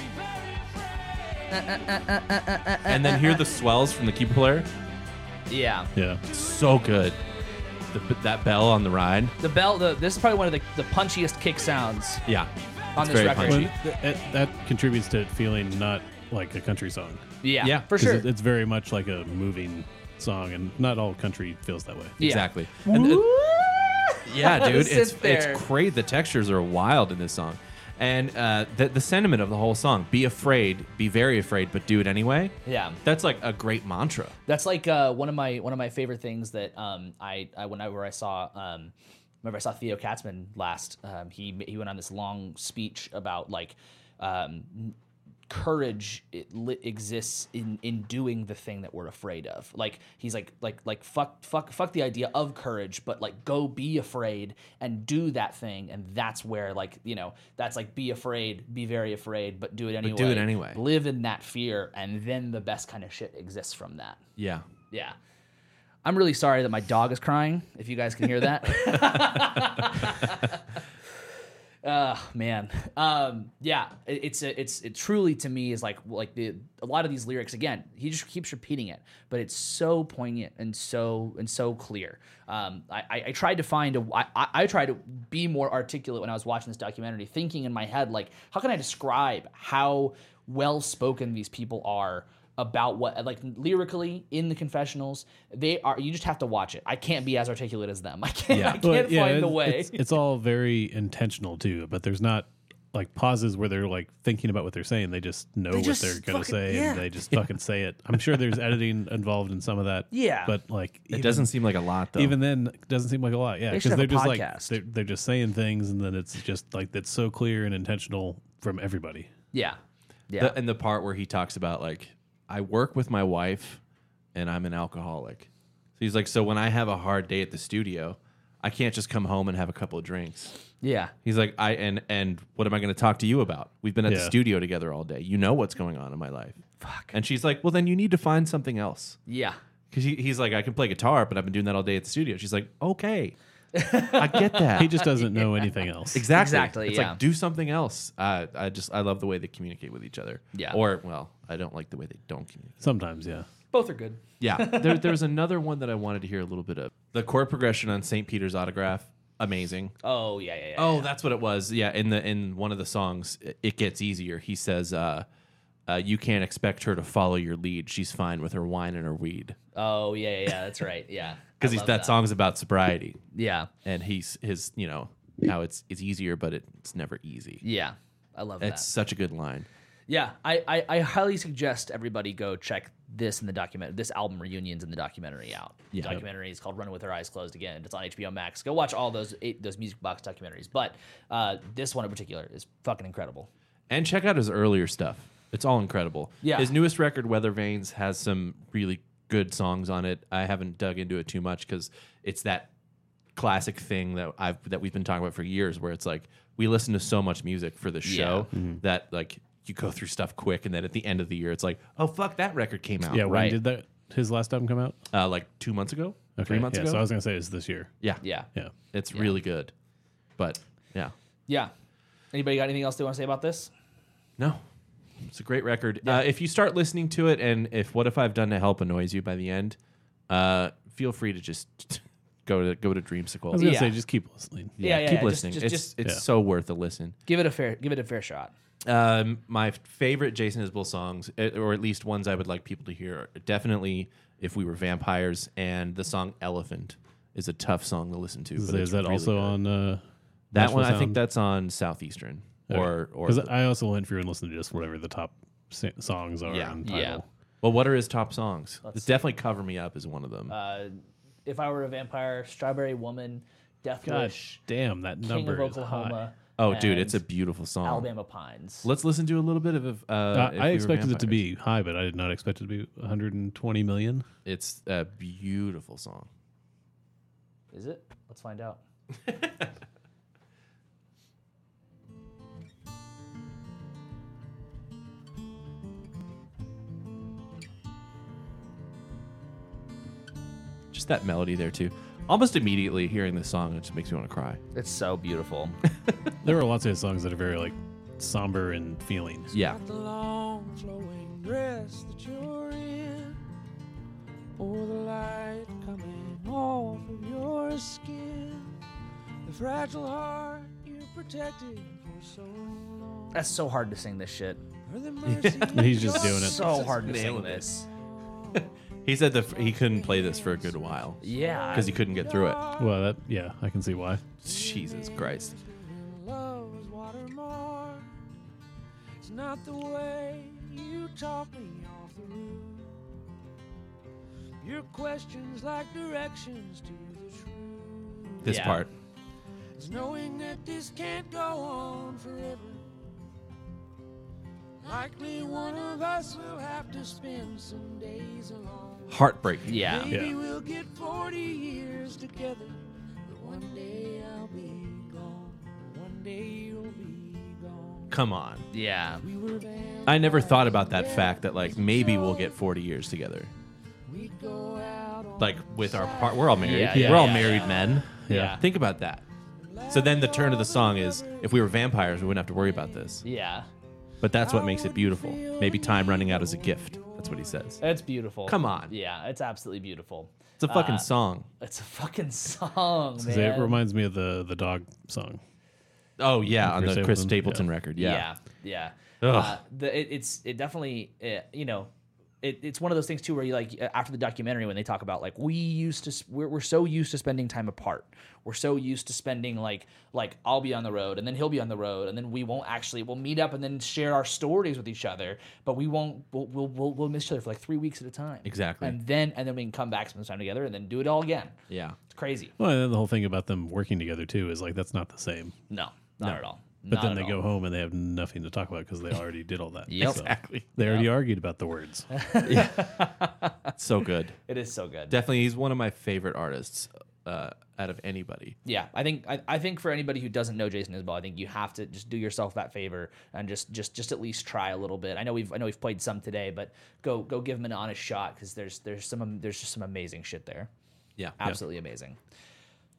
Speaker 1: and then hear the swells from the keyboard player.
Speaker 3: Yeah.
Speaker 2: Yeah.
Speaker 1: So good. The, that bell on the ride.
Speaker 3: The bell. The, this is probably one of the, the punchiest kick sounds
Speaker 1: Yeah.
Speaker 3: on
Speaker 1: It's
Speaker 3: this
Speaker 1: very
Speaker 3: record.
Speaker 2: Well,
Speaker 1: punchy.
Speaker 2: th- that, that contributes to it feeling not like a country song.
Speaker 3: Yeah.
Speaker 1: Yeah,
Speaker 3: For
Speaker 2: 'Cause
Speaker 3: sure.
Speaker 2: it- It's very much like a moving song, and not all country feels that way.
Speaker 3: Yeah.
Speaker 1: Exactly. And, uh,
Speaker 3: [laughs]
Speaker 1: yeah, dude, it's
Speaker 3: Sit there.
Speaker 1: it's crazy. The textures are wild in this song, and uh, the the sentiment of the whole song: be afraid, be very afraid, but do it anyway.
Speaker 3: Yeah.
Speaker 1: that's like a great mantra.
Speaker 3: That's like uh, one of my one of my favorite things that um, I, I whenever I saw um, remember I saw Theo Katzman last. Um, he he went on this long speech about like um, courage it li- exists in in doing the thing that we're afraid of. Like he's like like like fuck fuck fuck the idea of courage, but like go be afraid and do that thing, and that's where like you know that's like be afraid, be very afraid, but do it anyway.
Speaker 1: do it anyway.
Speaker 3: Live in that fear, and then the best kind of shit exists from that.
Speaker 1: Yeah,
Speaker 3: Yeah. I'm really sorry that my dog is crying, if you guys can hear that. Oh man, um, yeah, it- it's a, it's it truly to me is like like the a lot of these lyrics again. He just keeps repeating it, but it's so poignant and so and so clear. Um, I, I, I tried to find a I, I I tried to be more articulate when I was watching this documentary, thinking in my head like how can I describe how well spoken these people are about what like lyrically in the confessionals they are you just have to watch it i can't be as articulate as them [laughs] i can't i can't
Speaker 2: But, yeah,
Speaker 3: find the
Speaker 2: it's-
Speaker 3: way
Speaker 2: It's, it's all very intentional too, but there's not like pauses where they're like thinking about what they're saying. They just know what
Speaker 3: just
Speaker 2: they're gonna
Speaker 3: fucking-
Speaker 2: say
Speaker 3: yeah.
Speaker 2: and they just fucking say it. I'm sure there's editing involved in some of that.
Speaker 3: Yeah.
Speaker 2: but like
Speaker 1: it doesn't seem like a lot though.
Speaker 2: Even then, it doesn't seem like a lot. Yeah,
Speaker 3: They should
Speaker 2: because
Speaker 3: have
Speaker 2: they're
Speaker 3: a
Speaker 2: just like
Speaker 3: podcast.
Speaker 2: they're, they're just saying things, and then it's just like that's so clear and intentional from everybody.
Speaker 3: yeah yeah
Speaker 1: The- and the part where he talks about like, I work with my wife, and I'm an alcoholic. So he's like, so when I have a hard day at the studio, I can't just come home and have a couple of drinks.
Speaker 3: yeah
Speaker 1: He's like, I and and what am I going to talk to you about? We've been at the
Speaker 2: Yeah.
Speaker 1: studio together all day. You know what's going on in my life. Fuck. And she's like, well, then you need to find something else.
Speaker 3: yeah
Speaker 1: Because he, he's like, I can play guitar, but I've been doing that all day at the studio. She's like, okay, I get that.
Speaker 2: He just doesn't
Speaker 3: [laughs]
Speaker 2: know anything else.
Speaker 1: exactly.
Speaker 3: Exactly,
Speaker 1: It's
Speaker 3: yeah.
Speaker 1: like do something else. Uh, I just I love the way they communicate with each other.
Speaker 3: Yeah.
Speaker 1: Or well, I don't like the way they don't communicate.
Speaker 2: Sometimes, yeah.
Speaker 3: Both are good.
Speaker 1: Yeah. there, there was another one that I wanted to hear a little bit of. The chord progression on St. Peter's Autograph, amazing.
Speaker 3: Oh yeah, yeah, yeah.
Speaker 1: Oh, that's what it was. Yeah, in the in one of the songs, i- it gets easier. He says, uh, uh, "You can't expect her to follow your lead. She's fine with her wine and her weed."
Speaker 3: Oh yeah, yeah, yeah. That's right. Yeah.
Speaker 1: Because
Speaker 3: I
Speaker 1: that,
Speaker 3: love
Speaker 1: song's about sobriety,
Speaker 3: Yeah,
Speaker 1: and he's his you know how it's it's easier, but it, it's never easy.
Speaker 3: yeah. I love
Speaker 1: It's such a good line.
Speaker 3: that. Yeah, I, I, I highly suggest everybody go check this in the document. This album reunions in the documentary out. The documentary is called "Run with Her Eyes Closed" again. It's on HBO Max. Go watch all those eight, those music box documentaries, but uh, this one in particular is fucking incredible.
Speaker 1: And check out his earlier stuff. It's all incredible.
Speaker 3: Yeah.
Speaker 1: His newest record, Weather Vanes, has some really good songs on it. I haven't dug into it too much because it's that classic thing that I've that we've been talking about for years, where it's like we listen to so much music for the show
Speaker 2: Mm-hmm.
Speaker 1: that like you go through stuff quick, and then at the end of the year, it's like, oh fuck, that record came out.
Speaker 2: Yeah, when
Speaker 3: right.
Speaker 2: did that his last album come out?
Speaker 1: Uh, like two months ago, three months
Speaker 2: yeah,
Speaker 1: ago.
Speaker 2: So I was gonna say it's this year.
Speaker 1: yeah,
Speaker 3: Yeah,
Speaker 2: Yeah.
Speaker 1: it's really good. But yeah,
Speaker 3: yeah. Anybody got anything else they want to say about this?
Speaker 1: No. It's a great record. Uh, if you start listening to it and if What If I've Done to Help annoys you by the end, uh, feel free to just [laughs] go to go to
Speaker 2: I was
Speaker 1: Dreamsicle.
Speaker 2: gonna
Speaker 3: Yeah.
Speaker 2: say just keep listening.
Speaker 3: Yeah, yeah,
Speaker 1: keep
Speaker 3: yeah, just-
Speaker 1: listening.
Speaker 3: just-
Speaker 1: it's
Speaker 3: just-
Speaker 1: it's
Speaker 2: Yeah.
Speaker 1: so worth a listen.
Speaker 3: Give it a fair give it a fair shot.
Speaker 1: Um, my favorite Jason Isbell songs, eh, or at least ones I would like people to hear, are definitely "If We Were Vampires" and the song "Elephant" is a tough song to listen to.
Speaker 2: Is,
Speaker 1: but
Speaker 2: is
Speaker 1: it's
Speaker 2: that
Speaker 1: really
Speaker 2: also
Speaker 1: good.
Speaker 2: on? Uh,
Speaker 1: that
Speaker 2: Nashville
Speaker 1: one? I
Speaker 2: Sound?
Speaker 1: think that's on Southeastern or or
Speaker 2: because I also went through and listened to just whatever the top sa- songs are.
Speaker 1: Yeah.
Speaker 2: on title.
Speaker 3: Yeah.
Speaker 1: well, what are his top songs? It's definitely "Cover Me Up" is one of them.
Speaker 3: Uh, if I were a vampire, Strawberry Woman, Death
Speaker 2: Gosh,
Speaker 3: Wish,
Speaker 2: damn that
Speaker 3: King
Speaker 2: number
Speaker 3: of
Speaker 2: is high. Uh,
Speaker 3: Oklahoma.
Speaker 1: oh, dude,
Speaker 3: and
Speaker 1: it's a beautiful song.
Speaker 3: Alabama Pines.
Speaker 1: Let's listen to a little bit of. Uh,
Speaker 2: Uh,
Speaker 1: If We
Speaker 2: I
Speaker 1: Were
Speaker 2: expected it to
Speaker 1: Vampires.
Speaker 2: be high, but I did not expect it to be 120 million.
Speaker 1: It's a beautiful song.
Speaker 3: Is it? Let's find out.
Speaker 1: Just that melody there too. Almost immediately hearing this song, it just makes me want to cry.
Speaker 3: It's so beautiful.
Speaker 2: There are lots of his songs that are very like somber and feeling.
Speaker 1: Yeah.
Speaker 4: Not the long flowing dress that you're in, or the light coming off of your skin, the fragile heart you protected for so long.
Speaker 3: [laughs] That's so hard to sing this shit.
Speaker 2: [laughs]
Speaker 4: Or the mercy
Speaker 2: He's just
Speaker 4: of
Speaker 2: doing it.
Speaker 3: So hard to
Speaker 1: nailing
Speaker 3: sing
Speaker 1: it.
Speaker 3: this.
Speaker 1: He said that he couldn't play this for a good while
Speaker 3: Yeah.
Speaker 1: because he couldn't get through it.
Speaker 2: Well, that yeah, I can see why.
Speaker 1: Jesus Christ.
Speaker 4: Love is watermark. It's not the way you talk me off the roof. Your questions like directions to the truth.
Speaker 1: This
Speaker 3: Yeah.
Speaker 1: part.
Speaker 4: It's knowing that this can't go on forever. Likely one of us will have to spend some days alone.
Speaker 1: Heartbreaking.
Speaker 3: yeah.
Speaker 4: Maybe
Speaker 2: Yeah.
Speaker 4: we'll get 40 years together, but one day I'll be gone. One day you'll be gone.
Speaker 1: Come on.
Speaker 3: Yeah.
Speaker 4: We were vampires.
Speaker 1: I never thought about that fact that like maybe we'll get 40 years together.
Speaker 4: We go out on
Speaker 1: Like with our part we're all married.
Speaker 3: Yeah, yeah,
Speaker 1: we're all
Speaker 3: yeah,
Speaker 1: married men.
Speaker 2: Yeah.
Speaker 1: Think about that. So then the turn of the song is if we were vampires we wouldn't have to worry about this.
Speaker 3: Yeah.
Speaker 1: But that's what makes it beautiful. Maybe time running out is a gift. That's what he says.
Speaker 3: It's beautiful.
Speaker 1: Come on.
Speaker 3: Yeah, it's absolutely beautiful.
Speaker 1: It's a fucking song.
Speaker 3: It's a fucking song, man.
Speaker 2: It reminds me of the the dog song.
Speaker 1: Oh yeah, on
Speaker 2: Chris
Speaker 1: the Chris Stapleton
Speaker 2: Stapleton, yeah.
Speaker 1: record. Yeah.
Speaker 3: yeah.
Speaker 1: Ugh.
Speaker 3: Uh, the, it, it's it definitely uh, you know. It, it's one of those things too where you like uh, after the documentary when they talk about like we used to s- we're, we're so used to spending time apart we're so used to spending like like i'll be on the road and then he'll be on the road and then we won't actually we'll meet up and then share our stories with each other but we won't we'll we'll, we'll, we'll miss each other for like three weeks at a time
Speaker 1: Exactly.
Speaker 3: and then and then we can come back spend time together and then do it all again
Speaker 1: Yeah.
Speaker 3: it's crazy
Speaker 2: Well, and then the whole thing about them working together too is like that's not the same.
Speaker 3: no not at all
Speaker 2: But then they go home and they have nothing to talk about
Speaker 1: [laughs]
Speaker 2: because they already did all that.
Speaker 3: Yep.
Speaker 1: Exactly.
Speaker 2: They already argued about the
Speaker 3: [laughs]
Speaker 2: words.
Speaker 1: [laughs] so good.
Speaker 3: it is so good
Speaker 1: Definitely he's one of my favorite artists uh, out of anybody.
Speaker 3: yeah i think I, I think for anybody who doesn't know jason isbell i think you have to just do yourself that favor and just just just at least try a little bit i know we've i know we've played some today but go go give him an honest shot because there's there's some am- there's just some amazing shit there
Speaker 1: Yeah.
Speaker 3: absolutely amazing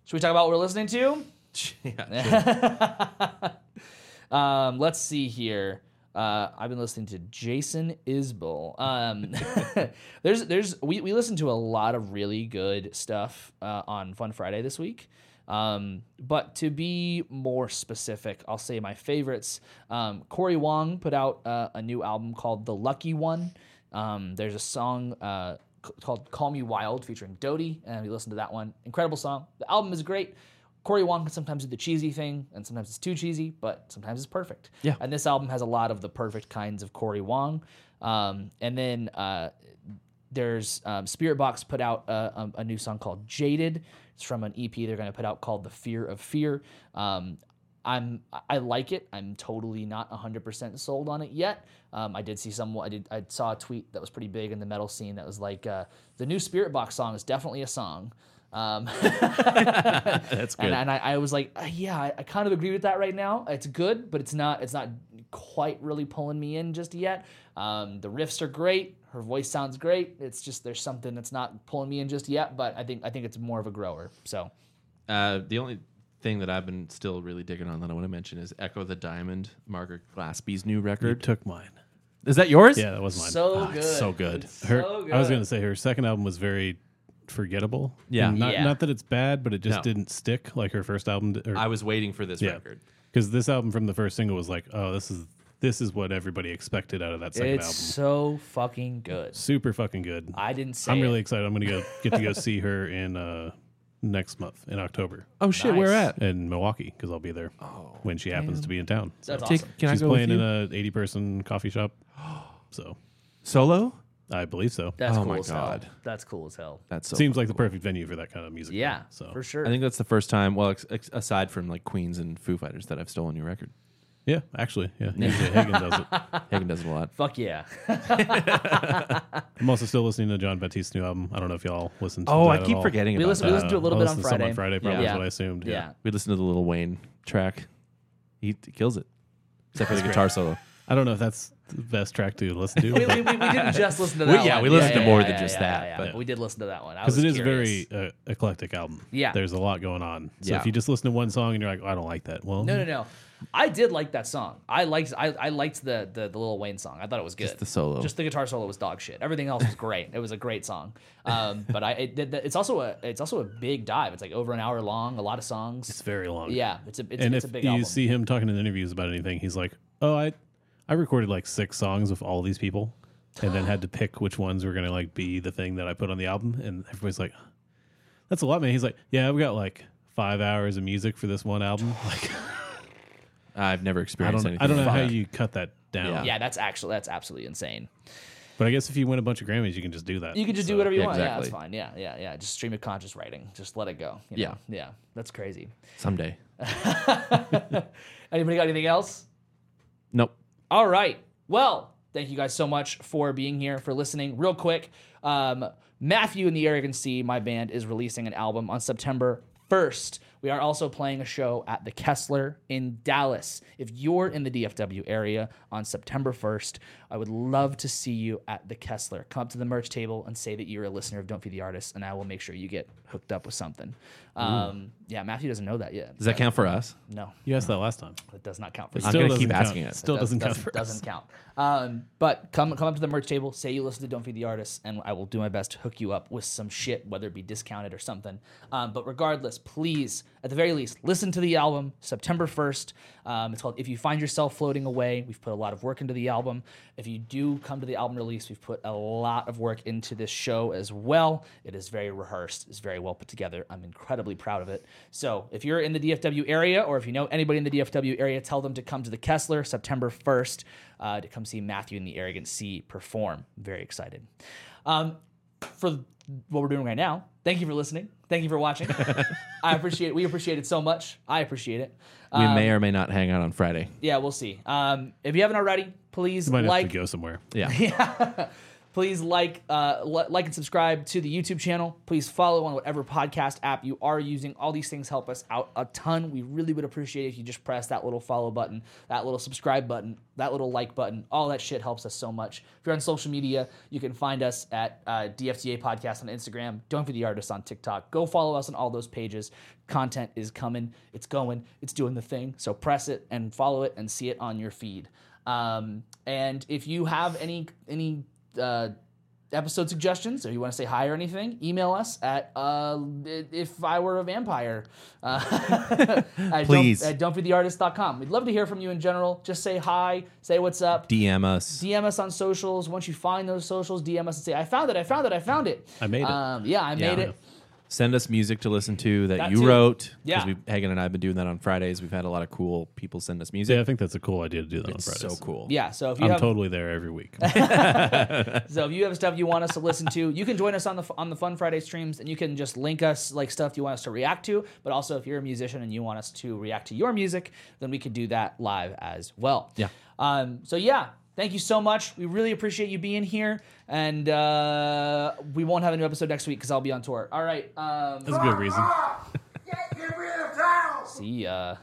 Speaker 3: should we talk about what we're listening to
Speaker 1: [laughs] yeah.
Speaker 3: um let's see here uh, I've been listening to Jason Isbell. Um, [laughs] there's, there's, we, we listened to a lot of really good stuff uh, on Fun Friday this week. Um, but to be more specific, I'll say my favorites. Um, Corey Wong put out uh, a new album called The Lucky One. Um, there's a song uh, c- called Call Me Wild featuring Doty, and we listened to that one. Incredible song. The album is great. Corey Wong can sometimes do the cheesy thing, and sometimes it's too cheesy, but sometimes it's perfect.
Speaker 1: Yeah.
Speaker 3: And this album has a lot of the perfect kinds of Corey Wong. Um, and then uh, there's um, Spirit Box put out a, um, a new song called Jaded. It's from an EP they're going to put out called The Fear of Fear. Um, I'm I like it. I'm totally not 100% sold on it yet. Um, I did see someone I did I saw a tweet that was pretty big in the metal scene that was like uh, the new Spirit Box song is definitely a song. Um, [laughs]
Speaker 1: That's good.
Speaker 3: and, and I, I was like, "Uh, yeah, I, I kind of agree with that right now. It's good, but it's not it's not quite really pulling me in just yet. Um, the riffs are great. Her voice sounds great. It's just there's something that's not pulling me in just yet. But I think I think it's more of a grower. So
Speaker 1: Uh, the only thing that I've been still really digging on that I want to mention is Echo the Diamond, Margaret Glaspie's new
Speaker 2: You
Speaker 1: record.
Speaker 2: took mine.
Speaker 1: Is that yours?
Speaker 2: Yeah, that was mine.
Speaker 3: so
Speaker 1: Ah,
Speaker 3: good,
Speaker 1: it's so good.
Speaker 3: It's
Speaker 2: her,
Speaker 3: so good.
Speaker 2: I was going to say her second album was very forgettable.
Speaker 1: Yeah.
Speaker 2: And Not,
Speaker 3: Yeah.
Speaker 2: not that it's bad, but it just
Speaker 1: No.
Speaker 2: didn't stick like her first album. Did, or,
Speaker 1: I was waiting for this
Speaker 2: yeah.
Speaker 1: record.
Speaker 2: Because this album from the first single was like, oh, this is this is what everybody expected out of that second
Speaker 3: it's
Speaker 2: album.
Speaker 3: so fucking good.
Speaker 2: Super fucking good.
Speaker 3: I didn't say.
Speaker 2: I'm
Speaker 3: it.
Speaker 2: really excited. I'm gonna go get
Speaker 3: [laughs]
Speaker 2: to go see her in uh, next month in October
Speaker 1: Oh shit,
Speaker 3: Nice.
Speaker 1: where at?
Speaker 2: in Milwaukee because I'll be there
Speaker 3: Oh,
Speaker 2: when she happens to be in town. So
Speaker 3: That's
Speaker 1: Take-
Speaker 3: awesome.
Speaker 1: can
Speaker 2: she's
Speaker 1: I go
Speaker 2: playing
Speaker 1: with
Speaker 2: in
Speaker 1: you?
Speaker 2: a 80 person coffee shop. [gasps] So
Speaker 1: solo?
Speaker 2: I believe so.
Speaker 3: That's
Speaker 1: Oh
Speaker 3: cool
Speaker 1: my
Speaker 3: as
Speaker 1: God.
Speaker 3: hell. That's cool as hell.
Speaker 1: That's so
Speaker 2: Seems like the perfect venue for that kind of music.
Speaker 3: Yeah,
Speaker 2: So
Speaker 3: for sure.
Speaker 1: I think that's the first time. Well, ex- ex- aside from like Queens and Foo Fighters, that I've stolen your record.
Speaker 2: yeah, actually, yeah. Usually Hagen does
Speaker 3: [laughs]
Speaker 2: it.
Speaker 1: Hagen does it a lot.
Speaker 3: Fuck yeah.
Speaker 2: I'm also still listening to John Baptiste's new album. I don't know if y'all listened to
Speaker 1: Oh,
Speaker 2: that
Speaker 1: I
Speaker 2: at
Speaker 1: keep
Speaker 2: all. Uh,
Speaker 1: forgetting
Speaker 3: We
Speaker 1: about
Speaker 3: listen-
Speaker 1: that.
Speaker 3: we listen to a little
Speaker 2: I
Speaker 3: bit on
Speaker 2: listened to some
Speaker 3: Friday.
Speaker 2: Friday, probably
Speaker 1: Yeah.
Speaker 2: is what I assumed. Yeah.
Speaker 3: [laughs] yeah.
Speaker 1: We listen to the Little Wayne track. He t- kills it, except for the guitar solo.
Speaker 2: I don't know if that's the best track to listen to.
Speaker 3: [laughs] we, we, we, we didn't just listen to
Speaker 1: We-
Speaker 3: that.
Speaker 1: yeah,
Speaker 3: one.
Speaker 1: we listened to more than
Speaker 3: yeah,
Speaker 1: just
Speaker 3: yeah,
Speaker 1: that,
Speaker 3: yeah,
Speaker 1: but-
Speaker 3: but we did listen to that one.
Speaker 2: because
Speaker 3: Because
Speaker 2: it is a very uh, eclectic album.
Speaker 3: Yeah.
Speaker 2: there's a lot going on. So
Speaker 1: Yeah.
Speaker 2: if you just listen to one song and you're like, oh, I don't like that, well,
Speaker 3: No, no, no. I did like that song. I liked I, I liked the, the the Lil Wayne song. I thought it was good. Just
Speaker 1: the solo.
Speaker 3: Just the guitar solo was dog shit. Everything else was great. it was a great song. Um, [laughs] but I it, it- it's also a it's also a big dive. It's like over an hour long. A lot of songs.
Speaker 2: it's very long.
Speaker 3: yeah, it's a it's,
Speaker 2: and
Speaker 3: it's a
Speaker 2: if
Speaker 3: big
Speaker 2: you
Speaker 3: album.
Speaker 2: see him talking in interviews about anything, he's like, oh, I, I recorded like six songs with all these people, and then had to pick which ones were gonna like be the thing that I put on the album, and everybody's like, that's a lot, man. He's like, yeah, we got like five hours of music for this one album. Like,
Speaker 1: I've never
Speaker 2: I
Speaker 1: experienced
Speaker 2: don't,
Speaker 1: anything.
Speaker 2: I don't know
Speaker 1: like
Speaker 2: how
Speaker 1: that.
Speaker 2: you cut that down.
Speaker 1: Yeah.
Speaker 3: yeah, that's actually that's absolutely insane.
Speaker 2: But I guess if you win a bunch of Grammys, you can just do that.
Speaker 3: You can just
Speaker 2: So-
Speaker 3: do whatever you
Speaker 1: yeah,
Speaker 3: want. Yeah, that's
Speaker 1: exactly.
Speaker 3: fine. Yeah, yeah, yeah. Just stream of conscious writing. Just let it go. you
Speaker 1: Yeah.
Speaker 3: know? yeah. That's crazy.
Speaker 1: someday.
Speaker 3: Anybody got anything else?
Speaker 1: Nope.
Speaker 3: All right. Well, thank you guys so much for being here, for listening. Real quick, um, Matthew and the Arrogant Sea, my band, is releasing an album on September 1st. We are also playing a show at the Kessler in Dallas. If you're in the DFW area on September 1st, I would love to see you at the Kessler. Come up to the merch table and say that you're a listener of Don't Feed the Artist, and I will make sure you get hooked up with something. Um, yeah, Matthew doesn't know that yet.
Speaker 1: Does that count for us?
Speaker 3: No,
Speaker 2: You asked that last time.
Speaker 3: that does not count for
Speaker 1: I'm
Speaker 2: Still
Speaker 1: gonna
Speaker 2: doesn't
Speaker 1: keep
Speaker 2: count.
Speaker 1: asking it.
Speaker 2: Still doesn't, count
Speaker 3: [laughs]
Speaker 2: for us.
Speaker 3: doesn't count. Um, but come come up to the merch table, say you listen to Don't Feed the Artist, and I will do my best to hook you up with some shit, whether it be discounted or something. Um, but regardless, please, at the very least, listen to the album September first. Um, it's called If You Find Yourself Floating Away. We've put a lot of work into the album. If you do come to the album release, we've put a lot of work into this show as well. It is very rehearsed. It's very well put together. I'm incredibly proud of it. So if you're in the DFW area or if you know anybody in the DFW area, tell them to come to the Kessler September 1st uh, to come see Matthew and the Arrogant Sea perform. very excited. Um, for what we're doing right now, thank you for listening. Thank you
Speaker 2: [laughs]
Speaker 3: for watching. I appreciate We appreciate it so much. I appreciate it.
Speaker 1: We
Speaker 2: Um,
Speaker 1: may or may not hang out on Friday.
Speaker 3: Yeah, we'll see. Um, if you haven't already, please
Speaker 2: You might
Speaker 3: like
Speaker 2: have to go somewhere.
Speaker 1: Yeah.
Speaker 3: please like uh, li- like and subscribe to the youtube channel please follow on whatever podcast app you are using all these things help us out a ton we really would appreciate it if you just press that little follow button that little subscribe button that little like button all that shit helps us so much if you're on social media you can find us at uh, dfta podcast on instagram don't for the artist on tiktok go follow us on all those pages content is coming it's going it's doing the thing so press it and follow it and see it on your feed um, and if you have any any uh, episode suggestions or you want to say hi or anything, email us at uh, if I were a vampire. Uh, [laughs] at
Speaker 1: Please.
Speaker 3: Don't, at don'tfeedtheartist.com. We'd love to hear from you in general. Just say hi, say what's up.
Speaker 1: DM us.
Speaker 3: DM us on socials. Once you find those socials, DM us and say, I found it, I found it, I found it.
Speaker 2: I made it.
Speaker 3: Um, yeah, I made
Speaker 1: Yeah.
Speaker 3: it.
Speaker 1: Send us music to listen to that,
Speaker 3: That
Speaker 1: you
Speaker 3: too.
Speaker 1: wrote.
Speaker 3: Yeah.
Speaker 1: we, Hagen and I have been doing that on Fridays. We've had a lot of cool people send us music.
Speaker 2: Yeah, I think that's a cool idea to do that
Speaker 1: It's
Speaker 2: on
Speaker 1: so
Speaker 2: Fridays.
Speaker 1: cool.
Speaker 3: Yeah, so if you
Speaker 2: I'm
Speaker 3: have
Speaker 2: totally there every week.
Speaker 3: So if you have stuff you want us to listen to, you can join us on the on the Fun Friday streams, and you can just link us like stuff you want us to react to. But also, if you're a musician and you want us to react to your music, then we could do that live as well.
Speaker 1: Yeah.
Speaker 3: Um. So yeah, thank you so much. We really appreciate you being here, and uh, we won't have a new episode next week because
Speaker 2: Oh.
Speaker 3: [laughs] I'll be on tour. All right. Um.
Speaker 2: That's a good reason.
Speaker 5: Get your real towels!
Speaker 3: See ya.